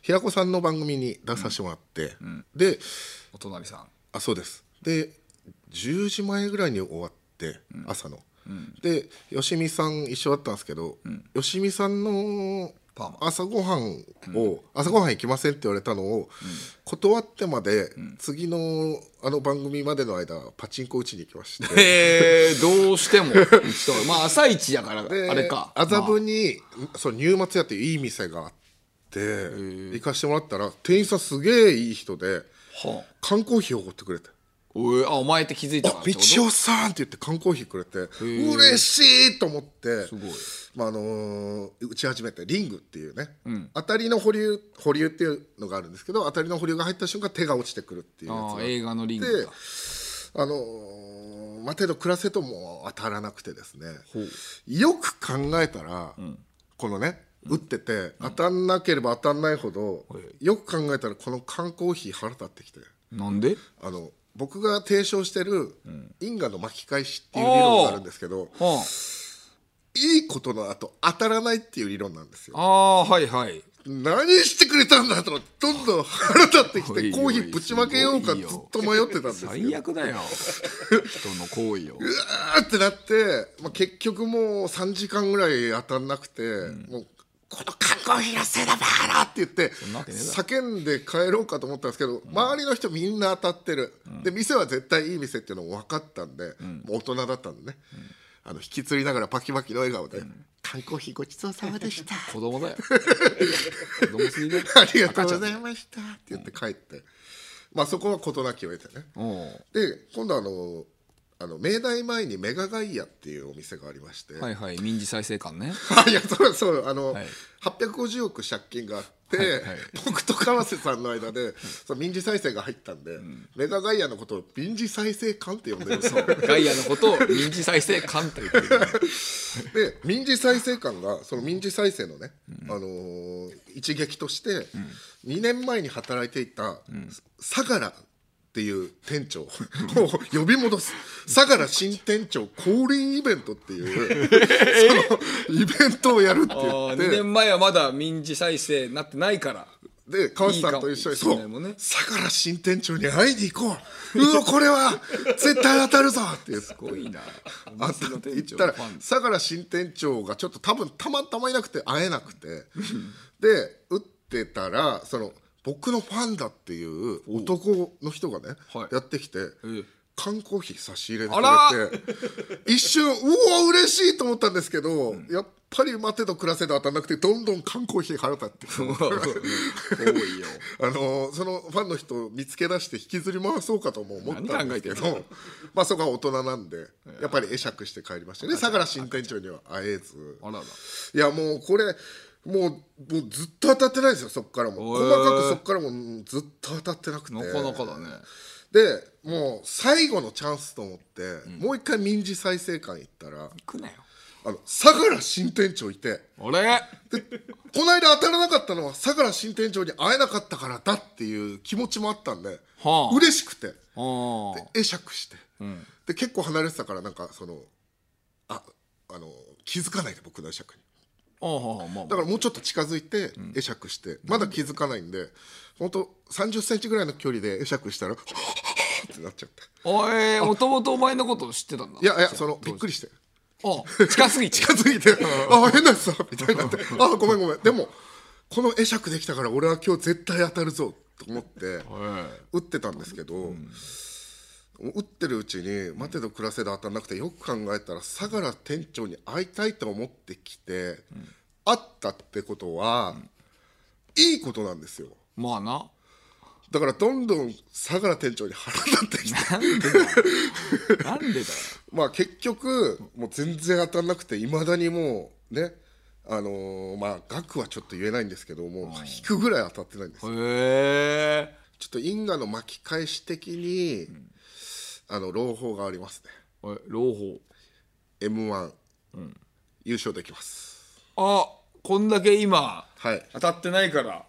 [SPEAKER 2] 平子さんの番組に出させてもらって、で
[SPEAKER 3] お隣さん
[SPEAKER 2] あそうですで10時前ぐらいに終わって、朝の、でよしみさん一緒だったんですけど、よしみさんの
[SPEAKER 3] パーマ
[SPEAKER 2] 朝ごはんを、朝ごはん行きませんって言われたのを、断ってまで、次のあの番組までの間パチンコ打ちに行きまして
[SPEAKER 3] えー、どうしてもそう *laughs* まあ朝一だ *laughs* からあ
[SPEAKER 2] で
[SPEAKER 3] れか
[SPEAKER 2] 麻布
[SPEAKER 3] ま
[SPEAKER 2] に、そう入松屋っていういい店があって行かしてもらったら店員さんすげえいい人で
[SPEAKER 3] あはあ
[SPEAKER 2] 缶コーヒーをおごってくれて。
[SPEAKER 3] おいあお前って気づいたからって
[SPEAKER 2] み
[SPEAKER 3] こと
[SPEAKER 2] ちおさんって言って缶コーヒーくれて嬉しいと思ってすごい、まああのー打ち始めてリングっていうね、当たりの保留保留っていうのがあるんですけど当たりの保留が入った瞬間手が落ちてくるっていうやつが
[SPEAKER 3] あ
[SPEAKER 2] あっ
[SPEAKER 3] あ
[SPEAKER 2] て
[SPEAKER 3] 映画のリング
[SPEAKER 2] で
[SPEAKER 3] か、
[SPEAKER 2] あのー、まあ、程度暮らせとも当たらなくてですねよく考えたら、このね打ってて、当たんなければ当たんないほど、よく考えたらこの缶コーヒー腹立ってきて
[SPEAKER 3] なんで
[SPEAKER 2] あの僕が提唱してる因果の巻き返しっていう理論があるんですけど、
[SPEAKER 3] あ
[SPEAKER 2] いいことの後当たらないっていう理論なんですよ
[SPEAKER 3] あああはいはい
[SPEAKER 2] 何してくれたんだとどんどん腹立ってき
[SPEAKER 3] おいお
[SPEAKER 2] て
[SPEAKER 3] い
[SPEAKER 2] コーヒーぶちまけようか
[SPEAKER 3] すご
[SPEAKER 2] ず
[SPEAKER 3] い
[SPEAKER 2] っ
[SPEAKER 3] よ
[SPEAKER 2] と迷ってたんですよ
[SPEAKER 3] 最悪だよ人の行為を
[SPEAKER 2] うわーってなって、まあ、結局もう3時間ぐらい当たんなくて、もうこの缶コーヒーのせいだバーラーって言って
[SPEAKER 3] んなわけねえだ
[SPEAKER 2] 叫んで帰ろうかと思ったんですけど、周りの人みんな当たってる、で店は絶対いい店っていうのも分かったんで、もう大人だったんでね、あの引きつりながらパキパキの笑顔で、缶コーヒーごちそうさまでした
[SPEAKER 3] 子供 *laughs* だよ子供すぎだよ
[SPEAKER 2] ありがとうございましたって言って帰って、まあそこは事なきを得てね
[SPEAKER 3] おう
[SPEAKER 2] で今度あのあの明大前にメガガイアっていうお店がありまして、
[SPEAKER 3] はいはい民事再生官ね
[SPEAKER 2] あいやそうそうあの、
[SPEAKER 3] はい
[SPEAKER 2] 850億借金があって、
[SPEAKER 3] はいはい
[SPEAKER 2] 僕と川瀬さんの間でその民事再生が入ったんで、メガガイアのことを民事再生官って呼んでるんですよ
[SPEAKER 3] ガイアのことを民事再生官と言 *laughs* ってる
[SPEAKER 2] で民事再生官がその民事再生のね、あのー一撃として、2年前に働いていた相良っていう店長を *laughs* 呼び戻す相良新店長降臨イベントって
[SPEAKER 3] *laughs*
[SPEAKER 2] いうそのイベントをやるって言
[SPEAKER 3] 2
[SPEAKER 2] って
[SPEAKER 3] 年前はまだ民事再生になってないから
[SPEAKER 2] で川瀬さんと一緒に
[SPEAKER 3] いいか
[SPEAKER 2] そ
[SPEAKER 3] も
[SPEAKER 2] う
[SPEAKER 3] しれないもんね
[SPEAKER 2] 相良新店長に会いに行こううわこれは絶対当たるぞって言って
[SPEAKER 3] すごいな
[SPEAKER 2] あった行ったら相良新店長がちょっと多分たまたまいなくて会えなくてで打ってたらその僕のファンだっていう男の人がね、
[SPEAKER 3] はい
[SPEAKER 2] やってきて、
[SPEAKER 3] え
[SPEAKER 2] 缶コーヒー差し入れて
[SPEAKER 3] あ
[SPEAKER 2] くれて一瞬うお嬉しいと思ったんですけど、やっぱり待てと暮らせと当たんなくてどんどん缶コーヒー腹立って
[SPEAKER 3] *laughs* 多いよ
[SPEAKER 2] あのーそのファンの人を見つけ出して引きずり回そうかとも思ったんですけ
[SPEAKER 3] 何考えてん
[SPEAKER 2] どまあそこは大人なんでやっぱり会釈して帰りましたね相良新店長には会えず
[SPEAKER 3] あらら
[SPEAKER 2] いやもうこれもうもうずっと当たってないですよそこからも
[SPEAKER 3] へ
[SPEAKER 2] 細
[SPEAKER 3] ー
[SPEAKER 2] かくそこからもうんずっと当たってなくて
[SPEAKER 3] なかなかだね
[SPEAKER 2] でもう最後のチャンスと思って、もう一回民事再生館行ったら
[SPEAKER 3] 行くなよ
[SPEAKER 2] あの相良新店長いて
[SPEAKER 3] あれ
[SPEAKER 2] で *laughs* この間当たらなかったのは相良新店長に会えなかったからだっていう気持ちもあったんで、
[SPEAKER 3] はあ
[SPEAKER 2] 嬉しくて
[SPEAKER 3] あー
[SPEAKER 2] 会釈して、で結構離れてたからなんかそのああの気づかないで僕の会釈に
[SPEAKER 3] あーまあ
[SPEAKER 2] だ
[SPEAKER 3] まあ
[SPEAKER 2] からもうちょっと近づいて会釈して、まだ気づかないんで本当三30センチぐらいの距離で会釈したら *laughs* ってなっちゃった
[SPEAKER 3] おいもともとお前のこと知ってたんだ
[SPEAKER 2] いやいやそのびっくりして
[SPEAKER 3] あ近すぎて
[SPEAKER 2] 近づいて「あ変なやつだ」みたいになって「あごめんごめん」でもこの会釈できたから俺は今日絶対当たるぞと思って打ってたんですけど、打ってるうちに「待てど暮らせ」で当たらなくてよく考えたら相良店長に会いたいと思ってきて、会ったってことは、いいことなんですよ。
[SPEAKER 3] まあな
[SPEAKER 2] だからどんどん相良店長に腹立ってきて
[SPEAKER 3] なんでだよ
[SPEAKER 2] まあ結局もう全然当たんなくていまだにもうねあのーまあ額はちょっと言えないんですけどもう引くぐらい当たってないんですよ
[SPEAKER 3] へえ
[SPEAKER 2] ちょっと因果の巻き返し的に、あの朗報がありますね
[SPEAKER 3] おい朗報
[SPEAKER 2] m 1、優勝できます
[SPEAKER 3] あこんだけ今
[SPEAKER 2] はい
[SPEAKER 3] 当たってないから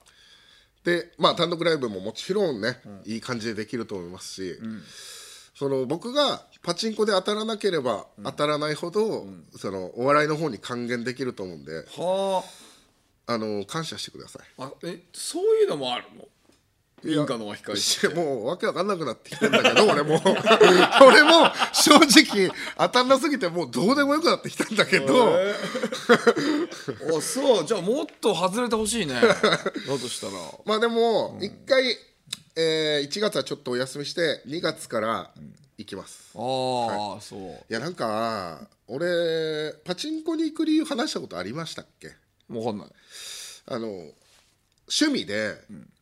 [SPEAKER 2] でまあ単独ライブももちろんね、いい感じでできると思いますし、その僕がパチンコで当たらなければ当たらないほど、そのお笑いの方に還元できると思うんで
[SPEAKER 3] は
[SPEAKER 2] あの感謝してください
[SPEAKER 3] ああえそういうのもあるの因果の巻き返し
[SPEAKER 2] し *laughs* もうわけわかんなくなってきてんだけど俺も *laughs* 俺も正直当たんなすぎてもうどうでもよくなってきたんだけど
[SPEAKER 3] あそうじゃあもっと外れてほしいね *laughs* だとしたら
[SPEAKER 2] まあでも一回、えー、1月はちょっとお休みして2月から行きます、
[SPEAKER 3] あ
[SPEAKER 2] い
[SPEAKER 3] あ、そ
[SPEAKER 2] やなんか俺パチンコに行く理由話したことありましたっけ
[SPEAKER 3] うわかんない
[SPEAKER 2] あの趣味で、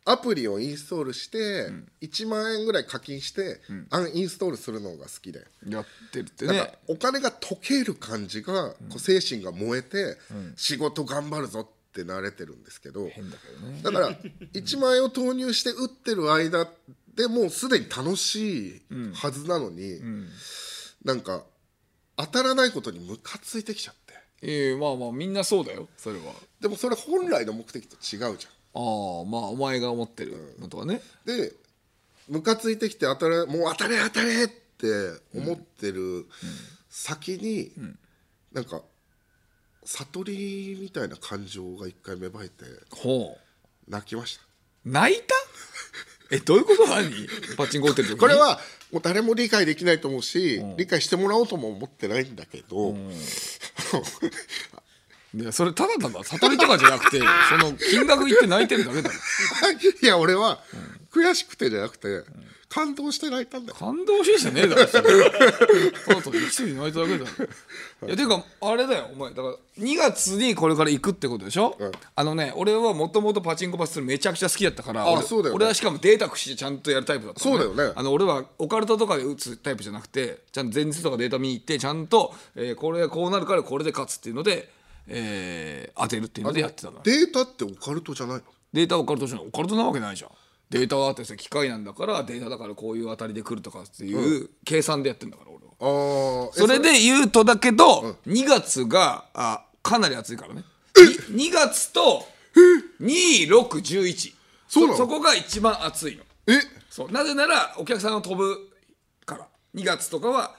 [SPEAKER 2] アプリをインストールして、1万円ぐらい課金して、アンインストールするのが好きで、
[SPEAKER 3] やってるって
[SPEAKER 2] なんか
[SPEAKER 3] ね
[SPEAKER 2] お金が溶ける感じが、こう精神が燃えて、仕事頑張るぞって慣れてるんですけど
[SPEAKER 3] 変だけどね
[SPEAKER 2] だから1万円を投入して打ってる間でもうすでに楽しいはずなのに、なんか当たらないことにムカついてきちゃって
[SPEAKER 3] ええまあまあみんなそうだよそれは
[SPEAKER 2] でもそれ本来の目的と違うじゃん。
[SPEAKER 3] ああまあお前が思ってるのとはね、
[SPEAKER 2] でムカついてきて当たれもう当たれ当たれって思ってる先に、なんか悟りみたいな感情が一回芽生えて
[SPEAKER 3] ほ
[SPEAKER 2] 泣きました
[SPEAKER 3] う泣いた *laughs* えどういうこと何パチンコ打ってる時に
[SPEAKER 2] これはもう誰も理解できないと思うし、理解してもらおうとも思って *laughs* ないんだけど、
[SPEAKER 3] いやそれただただ悟りとかじゃなくてその金額言って泣いてるだけだろ
[SPEAKER 2] いや俺は悔しくてじゃなくて、感動して泣いたんだよ
[SPEAKER 3] *laughs* 感動してんじゃねえだろそれはただただ一人泣いただ
[SPEAKER 2] *laughs*
[SPEAKER 3] けだろいやてかあれだよお前だから2月にこれから行くってことでしょ、あのね俺はもともとパチンコパチするめちゃくちゃ好きだったから
[SPEAKER 2] あ
[SPEAKER 3] 俺
[SPEAKER 2] そうだよね
[SPEAKER 3] 俺はしかもデータ駆使してちゃんとやるタイプだったから
[SPEAKER 2] そうだよね
[SPEAKER 3] あの俺はオカルトとかで打つタイプじゃなくてちゃんと前日とかデータ見に行ってちゃんと、えーこれこうなるからこれで勝つっていうので、えー当てるっていうのでやってたの
[SPEAKER 2] データってオカルトじゃないの
[SPEAKER 3] データはオカルトじゃないオカルトなわけないじゃんデータはあってさ機械なんだからデータだからこういう当たりで来るとかっていう計算でやってんだから俺は
[SPEAKER 2] あーえ
[SPEAKER 3] それで言うとだけど、2月があかなり暑いからねに2月と2611
[SPEAKER 2] そうなの
[SPEAKER 3] そこが一番暑いの
[SPEAKER 2] え
[SPEAKER 3] そうなぜならお客さんが飛ぶから2月とかは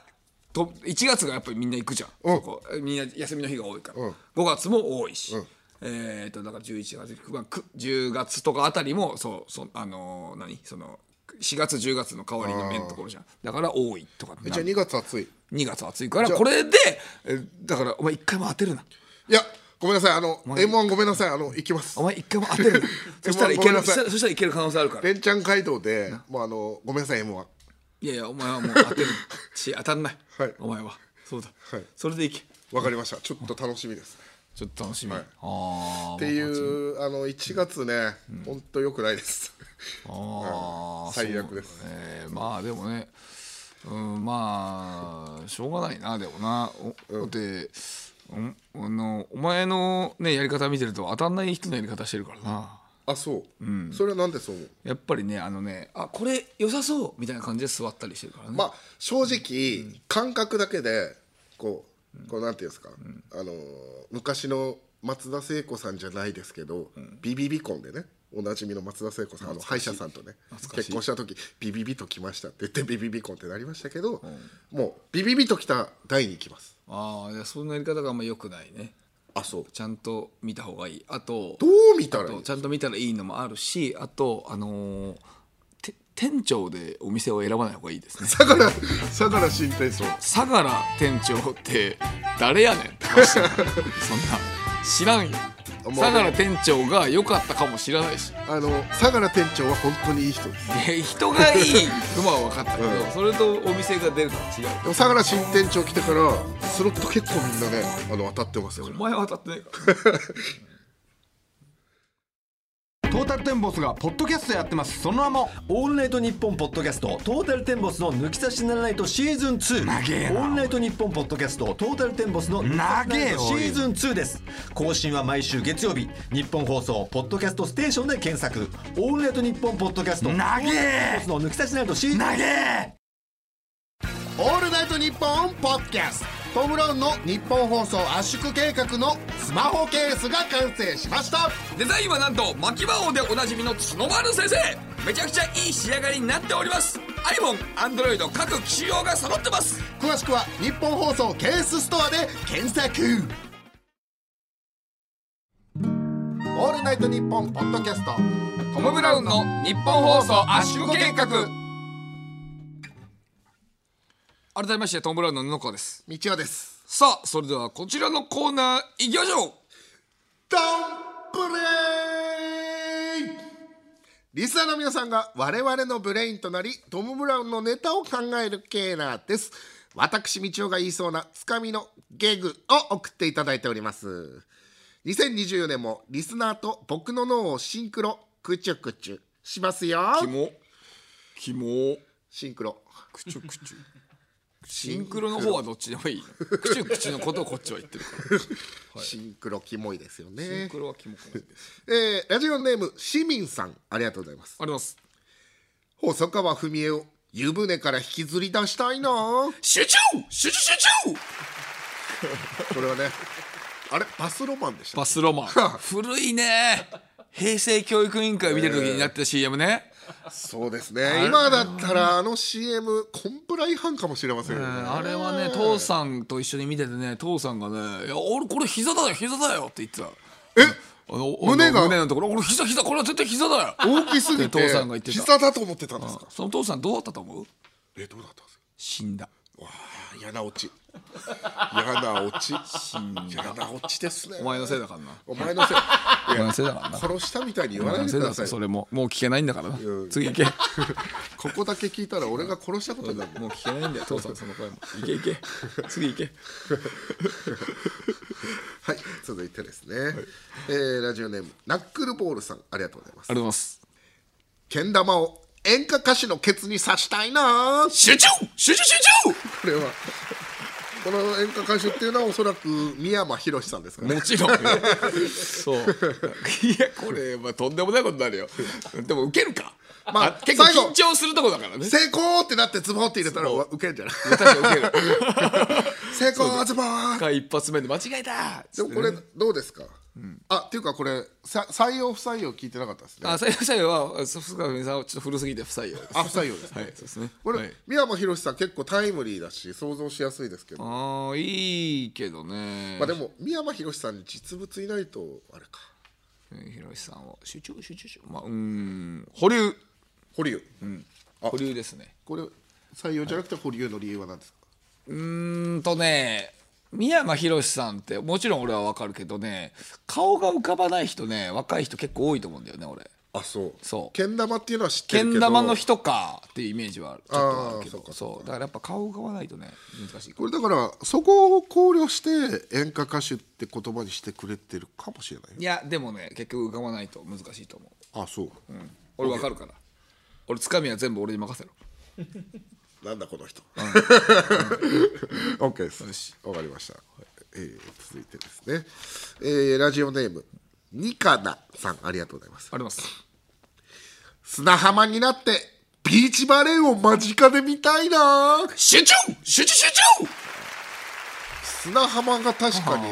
[SPEAKER 3] と1月がやっぱりみんな行くじゃん、
[SPEAKER 2] うん
[SPEAKER 3] そこみんな休みの日が多いから、
[SPEAKER 2] うん
[SPEAKER 3] 5月も多いし、
[SPEAKER 2] うん
[SPEAKER 3] えー、とだから11月、まあ、く10月とかあたりもそうそうあのー何その4月10月の代わりの面のところじゃんだから多いとかって
[SPEAKER 2] え
[SPEAKER 3] な
[SPEAKER 2] じゃあ2月暑い
[SPEAKER 3] 2月暑いから
[SPEAKER 2] ゃあ
[SPEAKER 3] これでえだからお前一回も当てるない
[SPEAKER 2] やごめんなさいあの
[SPEAKER 3] 前
[SPEAKER 2] M1 ごめんなさいあの行きます
[SPEAKER 3] お前一回も当て
[SPEAKER 2] *laughs*
[SPEAKER 3] るなそしたらいけ
[SPEAKER 2] ごめん
[SPEAKER 3] る
[SPEAKER 2] な
[SPEAKER 3] そ
[SPEAKER 2] さ
[SPEAKER 3] した
[SPEAKER 2] い
[SPEAKER 3] らそしたらいける可能性あるから
[SPEAKER 2] レンチャン街道でもうあのごめんなさい M1
[SPEAKER 3] いやいやお前はもう当てるし当たんない、
[SPEAKER 2] はい
[SPEAKER 3] お前はそうだ、
[SPEAKER 2] はい
[SPEAKER 3] それでいけ
[SPEAKER 2] わかりましたちょっと楽しみです
[SPEAKER 3] ちょっと楽しみ、
[SPEAKER 2] はい
[SPEAKER 3] あ
[SPEAKER 2] っていうあの1月ね本当良くないです
[SPEAKER 3] あ、
[SPEAKER 2] うん最悪です
[SPEAKER 3] そうねまあでもねうんまあしょうがないなでもなおで、うん、あのお前のねやり方見てると当たんない人のやり方してるからな
[SPEAKER 2] あそう、それはなんでそう思う
[SPEAKER 3] やっぱりねあのねあこれ良さそうみたいな感じで座ったりしてるからね、
[SPEAKER 2] まあ正直、感覚だけでこうこうなんていうんですか、あのー昔の松田聖子さんじゃないですけど、ビビビコンでねおなじみの松田聖子さんあの歯医者さんとね結婚した時ビビビと来ましたって言ってビビビコンってなりましたけど、もうビビビと来た台に行きます
[SPEAKER 3] ああいやそんなやり方があんま良くないね
[SPEAKER 2] あそう
[SPEAKER 3] ちゃんと見た方がいいあと
[SPEAKER 2] どう見たらい
[SPEAKER 3] そう
[SPEAKER 2] い
[SPEAKER 3] ちゃんと見たらいいのもあるしあとあのーて店長でお店を選ばない方がいいですね
[SPEAKER 2] だからだから新体操
[SPEAKER 3] 相良店長って誰やねんって話そんな知らんよ
[SPEAKER 2] もう
[SPEAKER 3] 相良店長が良かったかも知らない *laughs* し
[SPEAKER 2] あの相良店長は本当にいい人です
[SPEAKER 3] いや人がいい馬は分かったけど、
[SPEAKER 2] うん
[SPEAKER 3] それとお店が出るのは違う
[SPEAKER 2] でも相良新店長来てからスロット結構みんなねあの当たってますよ
[SPEAKER 3] お前は当たってないから
[SPEAKER 6] トータルテンボスがポッドキャストやってますその名も
[SPEAKER 7] オールナイトニッポンポッドキャストトータルテンボスの抜き差しならないとシーズン2
[SPEAKER 6] 長えな
[SPEAKER 7] オールナイトニッポンポッドキャストトータルテンボスの抜き差しならないとシーズン2です更新は毎週月曜日日本放送ポッドキャストステーションで検索オールナイトニッポンポッドキャスト
[SPEAKER 6] 長え
[SPEAKER 7] トータルテンボスの抜き差しならないとシーズン
[SPEAKER 6] 投げ
[SPEAKER 2] オールナイトニッポンポッドキャストトム・ブラウンの日本放送圧縮計画のスマホケースが完成しました
[SPEAKER 3] デザインはなんと巻き魔王でおなじみの角丸先生めちゃくちゃいい仕上がりになっております iPhone、Android 各機種用が揃ってます
[SPEAKER 2] 詳しくは日本放送ケースストアで検索オールナイトニッポンポッドキャスト
[SPEAKER 3] トム・ブラウンの日本放送圧縮計画改めましてトム・ブラウンの布川です
[SPEAKER 2] 道夫です
[SPEAKER 3] さあそれではこちらのコーナーいきましょう
[SPEAKER 2] ドンブレインリスナーの皆さんが我々のブレインとなりトム・ブラウンのネタを考えるケーナーです私道夫が言いそうなつかみのゲグを送っていただいております2024年もリスナーと僕の脳をシンクロクチュクチュしますよ
[SPEAKER 3] キモキモ
[SPEAKER 2] シンクロ
[SPEAKER 3] クチュクチュシンクロの方はどっちでもいいクチュクチュのことをこっちは言ってるから
[SPEAKER 2] シンクロキモいですよ
[SPEAKER 3] シン
[SPEAKER 2] ね
[SPEAKER 3] クロはキモくないです
[SPEAKER 2] えーラジオネーム市民さんありがとうございます
[SPEAKER 3] あります
[SPEAKER 2] 細川文江を湯船から引きずり出したいなこ
[SPEAKER 3] 集中集中集中
[SPEAKER 2] れはねあれバスロマンでした
[SPEAKER 3] バスロ *laughs* マン古いね平成教育委員会見てる時になってた CM ね、
[SPEAKER 2] そうですね今だったらあの CM コンプラ違反かもしれませんよね
[SPEAKER 3] あれはね父さんと一緒に見ててね父さんがね「いや俺これ膝だよ膝だよ」って言ってた
[SPEAKER 2] え
[SPEAKER 3] あの
[SPEAKER 2] 胸が
[SPEAKER 3] あの胸のところ「俺膝膝これは絶対膝だよ」
[SPEAKER 2] 大きすぎ
[SPEAKER 3] って
[SPEAKER 2] て
[SPEAKER 3] 父さんが言ってた
[SPEAKER 2] 膝だと思ってたんですか
[SPEAKER 3] その父さんどうだったと思う
[SPEAKER 2] えどうだったんですか
[SPEAKER 3] 死んだ
[SPEAKER 2] わあ嫌なオチ嫌なオチ嫌なオチですね
[SPEAKER 3] お前のせいだからな
[SPEAKER 2] お前のせい
[SPEAKER 3] お前のせいだからな
[SPEAKER 2] 殺したみたいに言
[SPEAKER 3] お
[SPEAKER 2] わ
[SPEAKER 3] 前
[SPEAKER 2] ないで
[SPEAKER 3] のせい
[SPEAKER 2] く
[SPEAKER 3] だ
[SPEAKER 2] だ
[SPEAKER 3] か
[SPEAKER 2] さ
[SPEAKER 3] ら
[SPEAKER 2] い
[SPEAKER 3] そ
[SPEAKER 2] こ
[SPEAKER 3] れももう聞けないんだからな、
[SPEAKER 2] うん
[SPEAKER 3] 次行けも
[SPEAKER 2] こだけ聞いたら俺が殺したことになる
[SPEAKER 3] う聞けないんだよ父さんその声も行け行け次行け
[SPEAKER 2] はい、続いてですね、えーラジオネームナックルボールさんありがとうございます
[SPEAKER 3] ありがとうございます
[SPEAKER 2] けん玉を演歌歌手のケツに刺したいなこ
[SPEAKER 3] 集中集中集
[SPEAKER 2] れはこの演歌歌手っていうのはおそらく三山ひろしさんですかね
[SPEAKER 3] 中もちろんそういやこれ、まあ、とんでもないことになるよでも受けるか、
[SPEAKER 2] ま
[SPEAKER 3] ま
[SPEAKER 2] あ
[SPEAKER 3] あ、結構
[SPEAKER 2] 最後
[SPEAKER 3] 緊張するとこだからね
[SPEAKER 2] 成功ってなってズボンって入れたらわウケんじゃない
[SPEAKER 3] 確かに受ける
[SPEAKER 2] *laughs* 成功ズボン
[SPEAKER 3] か一発目で間違えた
[SPEAKER 2] でもこれどうですか、あっていうかこれさ採用不採用聞いてなかったですね
[SPEAKER 3] あ最後最後はそ深川さんはちょっと古すぎて不採用です
[SPEAKER 2] あ不採用です
[SPEAKER 3] はいそうですね
[SPEAKER 2] これ、
[SPEAKER 3] はい
[SPEAKER 2] 三山ひろしさん結構タイムリーだし想像しやすいですけど
[SPEAKER 3] ああいいけどね
[SPEAKER 2] まあでも三山ひろしさんに実物いないとあれか
[SPEAKER 3] ひろしさんを集中集中集中まあうーん保留
[SPEAKER 2] 保留、
[SPEAKER 3] 保留ですね
[SPEAKER 2] これ採用じゃなくて保留の理由は何ですか、
[SPEAKER 3] うーんとね三山ひろしさんってもちろん俺はわかるけどね顔が浮かばない人ね若い人結構多いと思うんだよね俺
[SPEAKER 2] あそう
[SPEAKER 3] そう
[SPEAKER 2] けん玉っていうのは知って
[SPEAKER 3] け
[SPEAKER 2] るけど
[SPEAKER 3] ん玉の人かっていうイメージはちょっとあ
[SPEAKER 2] あー
[SPEAKER 3] るけ
[SPEAKER 2] そう
[SPEAKER 3] ど
[SPEAKER 2] か
[SPEAKER 3] そうだからやっぱ顔が浮かばないとね難しい
[SPEAKER 2] これだからそこを考慮して演歌歌手って言葉にしてくれてるかもしれない
[SPEAKER 3] いやでもね結局浮かばないと難しいと思う
[SPEAKER 2] あそう、
[SPEAKER 3] 俺わかるから俺つかみは全部俺に任せろ
[SPEAKER 2] なんだこの人 *laughs* OK ですわかりました、えー続いてですね、えーラジオネームニカナさんありがとうございます
[SPEAKER 3] あります
[SPEAKER 2] 砂浜になってビーチバレーを間近で見たいな
[SPEAKER 3] 集中集中集中
[SPEAKER 2] 砂浜が確かに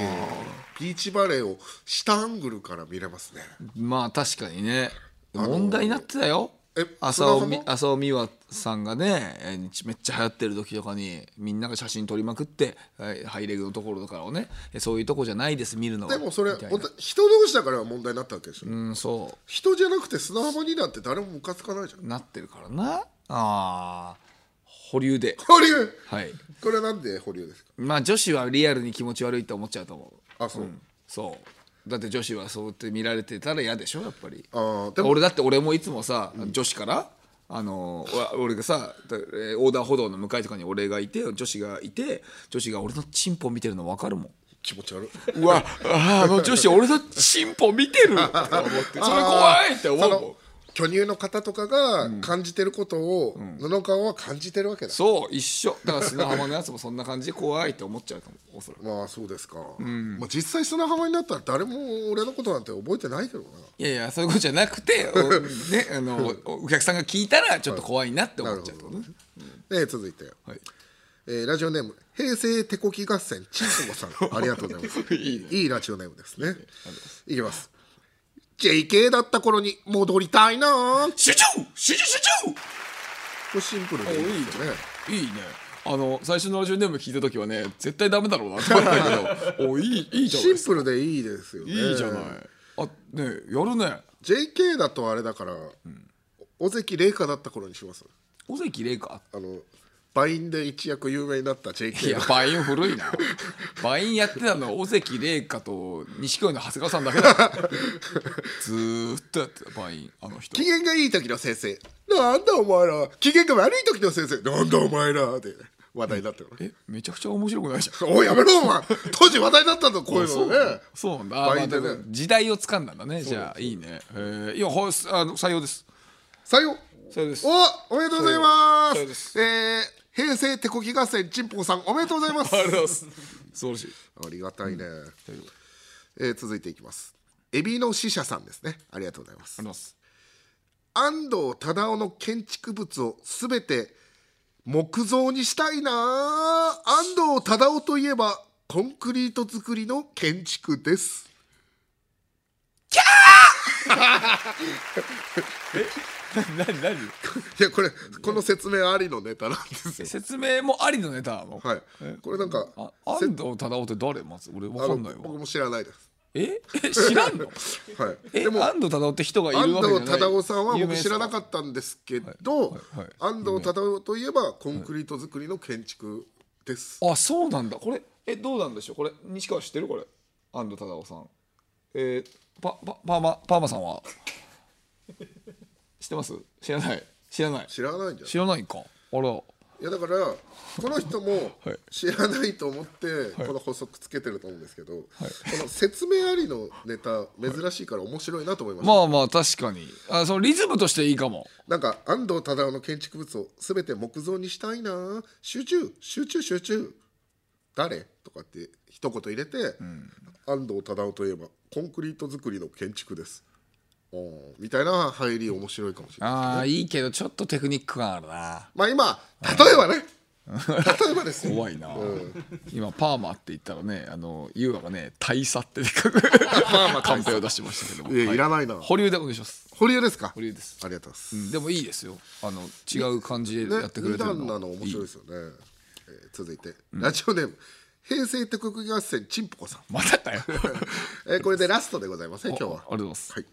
[SPEAKER 2] ビーチバレーを下アングルから見れますね
[SPEAKER 3] まあ確かにね問題になってたよ
[SPEAKER 2] え
[SPEAKER 3] 浅尾
[SPEAKER 2] 砂
[SPEAKER 3] み
[SPEAKER 2] 浜
[SPEAKER 3] 浅尾美和さんがねえーめっちゃ流行ってる時とかにみんなが写真撮りまくってはいハイレグのところとかをねえそういうとこじゃないです見るのは
[SPEAKER 2] でもそれ
[SPEAKER 3] みたいな
[SPEAKER 2] おた人同士だから問題になったわけでしょ、
[SPEAKER 3] うんそ
[SPEAKER 2] 人じゃなくて砂浜になんて誰もムカつかないじゃん
[SPEAKER 3] うなってるからなあー保留で
[SPEAKER 2] 保留
[SPEAKER 3] はい
[SPEAKER 2] これなんで保留
[SPEAKER 3] *laughs*
[SPEAKER 2] ですか
[SPEAKER 3] まあ女子はリアルに気持ち悪いと思っちゃうと思う
[SPEAKER 2] あそう、
[SPEAKER 3] そうだって女子はそうやって見られてたら嫌でしょやっぱり
[SPEAKER 2] あーでも
[SPEAKER 3] 俺だって俺もいつもさ、女子からあのわ俺がさだえー横断歩道の向かいとかに俺がいて女子がいて女子が俺のチンポ見てるの分かるもん
[SPEAKER 2] 気持ち悪いう
[SPEAKER 3] わあーあの女子俺のチンポ見てるって思
[SPEAKER 2] *laughs*
[SPEAKER 3] ってそれ怖いって思うもん
[SPEAKER 2] 巨乳の方とかが感じてることを、布川は感じてるわけだ、
[SPEAKER 3] そう一緒だから砂浜のやつもそんな感じで怖いって思っちゃうと思うおそらく
[SPEAKER 2] まあそうですか、まあ、実際砂浜になったら誰も俺のことなんて覚えてないけどない
[SPEAKER 3] やいやそういうことじゃな
[SPEAKER 2] *laughs*
[SPEAKER 3] くておねあのおお客さんが聞いたらちょっと怖いなって思っちゃうってことね
[SPEAKER 2] で続いて、
[SPEAKER 3] はい
[SPEAKER 2] えーラジオネーム平成手こき合戦ちんこ
[SPEAKER 3] *laughs*
[SPEAKER 2] さんありがとうございますいい,、ラジオネームですねいきます JK だった頃に戻りたいなこ
[SPEAKER 3] 集中集中集中
[SPEAKER 2] れシンプルでいいですよね
[SPEAKER 3] いいね。あの最初のラジオネーム聞いた時はね絶対ダメだろうなと思った
[SPEAKER 2] *laughs*
[SPEAKER 3] けどおいいいいじゃな
[SPEAKER 2] シ
[SPEAKER 3] い
[SPEAKER 2] ンプルでいいですよね
[SPEAKER 3] いいじゃないあねやるね
[SPEAKER 2] JK だとあれだから、尾関玲香だった頃にします
[SPEAKER 3] 尾関玲か
[SPEAKER 2] あのバインで一躍有名になった
[SPEAKER 3] い
[SPEAKER 2] JK
[SPEAKER 3] や
[SPEAKER 2] が
[SPEAKER 3] バイン古いなバインやってたのは尾関玲香と錦鯉の長谷川さんだけだよ
[SPEAKER 2] *laughs*
[SPEAKER 3] ずーっとやってたバインあの人
[SPEAKER 2] 機嫌がいい時の先生なんだお前ら機嫌が悪い時の先生なんだお前らで話題になってる
[SPEAKER 3] えめちゃくちゃ面白くないじゃん
[SPEAKER 2] おいやめろお前 *laughs* 当時話題だったんだこういうの
[SPEAKER 3] そう
[SPEAKER 2] ね
[SPEAKER 3] そうなんだ、あ
[SPEAKER 2] バ
[SPEAKER 3] ま
[SPEAKER 2] イ
[SPEAKER 3] あ、
[SPEAKER 2] ンでね
[SPEAKER 3] だから時代を掴んだんだねじゃあいいねえーいやほうすあの採用です
[SPEAKER 2] 採用
[SPEAKER 3] さようです
[SPEAKER 2] おおめでとうございま
[SPEAKER 3] そうです
[SPEAKER 2] すえー平成手こぎ合戦ちんぽんさんおめでとうございます
[SPEAKER 3] ありがとうございます素晴らしい
[SPEAKER 2] ありがたいね、えー続いていきますエビの死者さんですねありがとうございます
[SPEAKER 3] あります
[SPEAKER 2] 安藤忠雄の建築物をすべて木造にしたいなあ安藤忠雄といえばコンクリート作りの建築です
[SPEAKER 3] 何何
[SPEAKER 2] *laughs* いやこれこの説明ありのネタなんですよ
[SPEAKER 3] 説明もありのネタなの
[SPEAKER 2] はいこれなんか
[SPEAKER 3] あ安藤忠雄って誰まず俺わかんない
[SPEAKER 2] あの
[SPEAKER 3] わ
[SPEAKER 2] 僕も知らないで
[SPEAKER 3] え *laughs* 知らんの
[SPEAKER 2] すはい
[SPEAKER 3] え
[SPEAKER 2] *laughs* でも
[SPEAKER 3] 安藤忠雄って人がい
[SPEAKER 2] 安
[SPEAKER 3] るわけじゃない
[SPEAKER 2] 藤忠雄さんは
[SPEAKER 3] 有
[SPEAKER 2] 僕
[SPEAKER 3] 名です
[SPEAKER 2] 知らなかったんですけど、
[SPEAKER 3] はいはいはい
[SPEAKER 2] 安藤忠雄といえばコンクリート作りの建築です、
[SPEAKER 3] あそうなんだこれえどうなんでしょうこれ西川知ってるこれ安藤忠雄さんえー、パパパーマパーマさんは *laughs* 知ってます知らない知らない
[SPEAKER 2] 知らないんじゃない
[SPEAKER 3] 知らないかあら
[SPEAKER 2] いやだからこの人も
[SPEAKER 3] はい
[SPEAKER 2] 知らないと思ってこの補足つけてると思うんですけど、この説明ありのネタ珍しいから面白いなと思いました、
[SPEAKER 3] まあまあ確かにあそのリズムとしていいかも
[SPEAKER 2] なんか安藤忠雄の建築物を全て木造にしたいな集中集中集中誰とかって一言入れて、安藤忠雄といえばコンクリート作りの建築ですおーみたいな入り面白いかもしれない
[SPEAKER 3] ああいいけどちょっとテクニック感あるな
[SPEAKER 2] まあ今例えば
[SPEAKER 3] *laughs*
[SPEAKER 2] ね例えばですよ
[SPEAKER 3] 怖いな、今パーマって言ったらねあの優雅がね大佐って書く *laughs* カンペを出してましたけども
[SPEAKER 2] いやいらないな
[SPEAKER 3] 保留でお願いします
[SPEAKER 2] 保留ですか
[SPEAKER 3] 保留です
[SPEAKER 2] ありがとうございます、
[SPEAKER 3] でもいいですよあの違う感じで
[SPEAKER 2] ね
[SPEAKER 3] やってくれてる
[SPEAKER 2] 二段なの面白い
[SPEAKER 3] い
[SPEAKER 2] で
[SPEAKER 3] い
[SPEAKER 2] すよねえー続いて、ラジオネーム平成手国合戦ちんぽこさん、
[SPEAKER 3] また *laughs* かよありがと
[SPEAKER 2] えーこれでラストでございますね今日は
[SPEAKER 3] うござい *laughs* ます
[SPEAKER 2] はい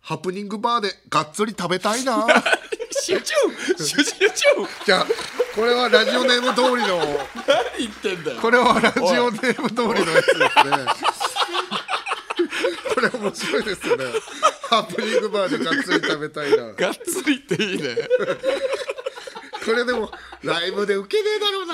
[SPEAKER 2] ハプニングバーでがっつり食べたいな
[SPEAKER 3] *laughs* 集中集中集中
[SPEAKER 2] じゃあこれはラジオネーム通りの
[SPEAKER 3] 何言ってんだよ
[SPEAKER 2] これはラジオネーム通りのやつですねこれ面白いですよねハプニングバーでがっつり食べたいな
[SPEAKER 3] がっつりっていいね
[SPEAKER 2] これでもライブでウケねえだろう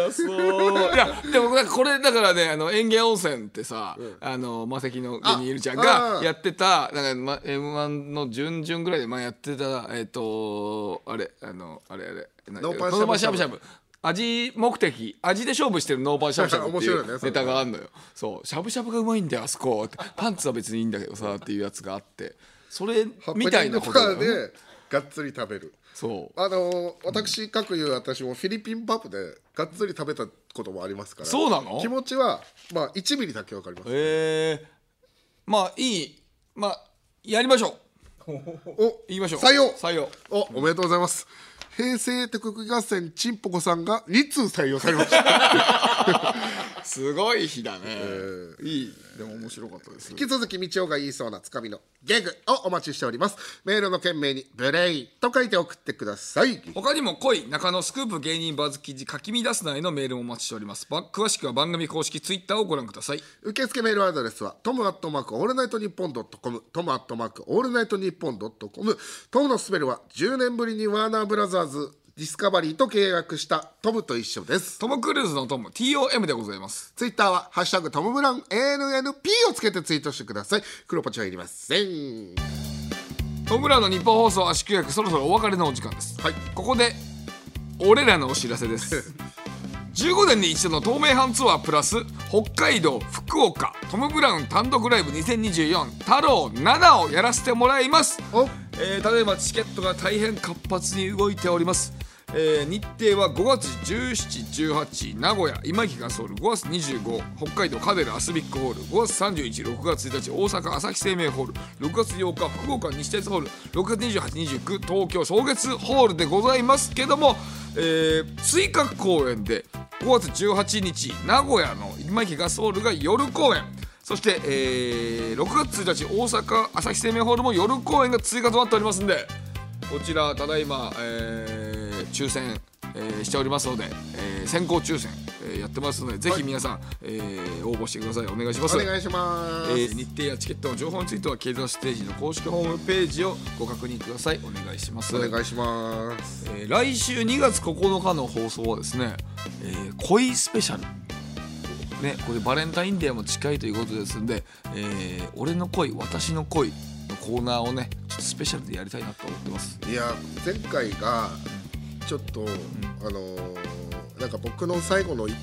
[SPEAKER 2] な
[SPEAKER 3] 偉そういやでもなんかこれだからねあの園芸温泉ってさ、あのマセキの芸人いるちゃん
[SPEAKER 2] ああ
[SPEAKER 3] が
[SPEAKER 2] ー
[SPEAKER 3] やってたなんか、ま、m 1の準々ぐらいで、まあ、やってたえっ、とあれあのあれあれなんだっけ
[SPEAKER 2] ノーパンしゃぶしゃぶ
[SPEAKER 3] ノーパンしゃぶしゃぶ味目的味で勝負してるノーパンしゃぶしゃぶってい
[SPEAKER 2] 面白いね
[SPEAKER 3] う
[SPEAKER 2] それ
[SPEAKER 3] ネタがあんのよそうしゃぶしゃぶがうまいんだよあそこってパンツは別にいいんだけどさっていうやつがあってそれ
[SPEAKER 2] ハプニン
[SPEAKER 3] み
[SPEAKER 2] グ
[SPEAKER 3] たいな
[SPEAKER 2] バ
[SPEAKER 3] ことだ
[SPEAKER 2] ー
[SPEAKER 3] よね
[SPEAKER 2] でがっつり食べる
[SPEAKER 3] そう
[SPEAKER 2] あのー私各言う私もフィリピンパブでがっつり食べたこともありますから
[SPEAKER 3] そうなの
[SPEAKER 2] 気持ちはまあ1ミリだけわかります
[SPEAKER 3] ええまあいいまあやりましょう
[SPEAKER 2] お
[SPEAKER 3] 言いましょう
[SPEAKER 2] 採用
[SPEAKER 3] 採用
[SPEAKER 2] おおめでとうございます平成手国合戦ちんぽこさんが2通採用されました
[SPEAKER 3] すごい日だね、いいでも面白かったです
[SPEAKER 2] 引き続き道夫が言いそうなつかみのゲグをお待ちしておりますメールの件名に「ブレイン」と書いて送ってください
[SPEAKER 3] 他にも恋中野スクープ芸人バズ記事書き乱すなへのメールもお待ちしておりますば詳しくは番組公式ツイッターをご覧ください
[SPEAKER 2] 受付メールアドレスはトムアットマークオールナイトニッポンドットコムトムアットマークオールナイトニッポンドットコムトムのスペルは10年ぶりにワーナーブラザーズディスカバリーと契約したトムと一緒です
[SPEAKER 3] トム・クルーズのトム TOM でございます
[SPEAKER 2] ツイッターは「ハッシュタグトムブラウン ANNP」をつけてツイートしてください黒パチはいりません
[SPEAKER 3] トム・ブラウンの日本放送圧縮役そろそろお別れのお時間です、
[SPEAKER 2] はい
[SPEAKER 3] ここで俺らのお知らせです *laughs* 15年に一度の東名阪ツアープラス北海道福岡トム・ブラウン単独ライブ2024太郎7をやらせてもらいます
[SPEAKER 2] お
[SPEAKER 3] えーただいまチケットが大変活発に動いております、えー日程は5月1718名古屋今木がソウル5月25北海道カデルアスビックホール5月316月1日大阪朝日生命ホール6月8日福岡西鉄ホール6月2829東京草月ホールでございますけども、えー追加公演で5月18日名古屋の今木がソウルが夜公演そして、えー6月1日大阪朝日生命ホールも夜公演が追加となっておりますんでこちらただいま、えー抽選、えーしておりますので、えー先行抽選、えーやってますのでぜひ皆さん、えー応募してくださいお願いします
[SPEAKER 2] お願いします、
[SPEAKER 3] えー日程やチケットの情報については経済ステージの公式ホームページをご確認くださいお願いします
[SPEAKER 2] お願いします
[SPEAKER 3] えー来週2月9日の放送はですね、えー恋スペシャル、ね、これバレンタインデーも近いということですんで「えー俺の恋私の恋」のコーナーをねちょっとスペシャルでやりたいなと思ってます
[SPEAKER 2] いや前回がちょっと、あのーなんか僕の最後の意見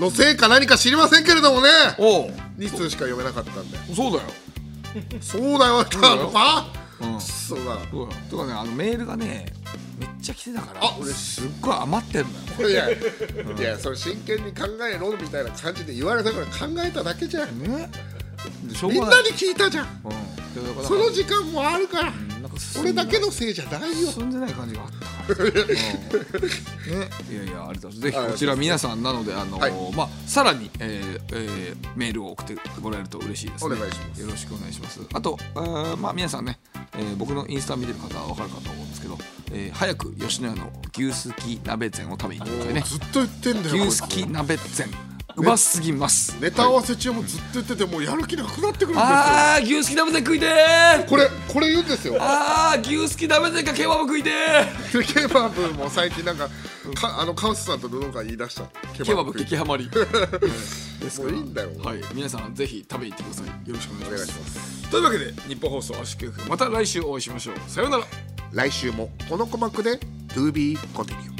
[SPEAKER 2] のせいか何か知りませんけれどもね
[SPEAKER 3] おお
[SPEAKER 2] 2通しか読めなかったんで
[SPEAKER 3] そうだよ
[SPEAKER 2] そうだよカードか
[SPEAKER 3] うん
[SPEAKER 2] そうだ
[SPEAKER 3] そうだよとかねあのメールがねめっちゃ来てたから
[SPEAKER 2] あ嬉しい
[SPEAKER 3] すっごい余ってんのよ
[SPEAKER 2] いやいやそれ真剣に考えろみたいな感じで言われたから考えただけじゃん
[SPEAKER 3] ねでしょう
[SPEAKER 2] みん
[SPEAKER 3] が
[SPEAKER 2] な
[SPEAKER 3] ない
[SPEAKER 2] に聞いたじゃん
[SPEAKER 3] うんでだから
[SPEAKER 2] その時間もあるから
[SPEAKER 3] なんか進ん
[SPEAKER 2] 俺
[SPEAKER 3] でな
[SPEAKER 2] だ
[SPEAKER 3] い
[SPEAKER 2] けのせいじゃないよ
[SPEAKER 3] 進んでない感じがあった *laughs* からうんね、いやいやありがとうございますぜひこちら皆さんなのであの、
[SPEAKER 2] はい
[SPEAKER 3] まあさらに、えーえーメールを送ってもらえると嬉しいですね
[SPEAKER 2] お願いします
[SPEAKER 3] よろしくお願いしますあとあーまあ皆さんね、えー僕のインスタ見てる方は分かるかと思うんですけど、えー早く吉野家の牛すき鍋膳を食べに行ってくださいね
[SPEAKER 2] ずっと言ってんだよ
[SPEAKER 3] 牛すき鍋膳うますぎます
[SPEAKER 2] ネタ合わせ中もずっと言っててもうやる気なくなってくるんですよ
[SPEAKER 3] あー牛すき鍋膳食いてー
[SPEAKER 2] これこれ言うんですよ
[SPEAKER 3] あー牛すき鍋膳かケバブ食いてー
[SPEAKER 2] でケバブも最近なんかかあのカウスさんと布が言い出した
[SPEAKER 3] ケバブ
[SPEAKER 2] 食い
[SPEAKER 3] 激ハ
[SPEAKER 2] *laughs*
[SPEAKER 3] マり
[SPEAKER 2] もういいんだよ、
[SPEAKER 3] はい、皆さんぜひ食べに行ってください。よろしくお
[SPEAKER 2] お
[SPEAKER 3] 願い
[SPEAKER 2] 願い
[SPEAKER 3] し
[SPEAKER 2] し
[SPEAKER 3] ます。
[SPEAKER 2] ます
[SPEAKER 3] というわけで、日本放送圧縮また来週お会いしましょう。さようなら。
[SPEAKER 2] 来週もこの鼓膜で To be continued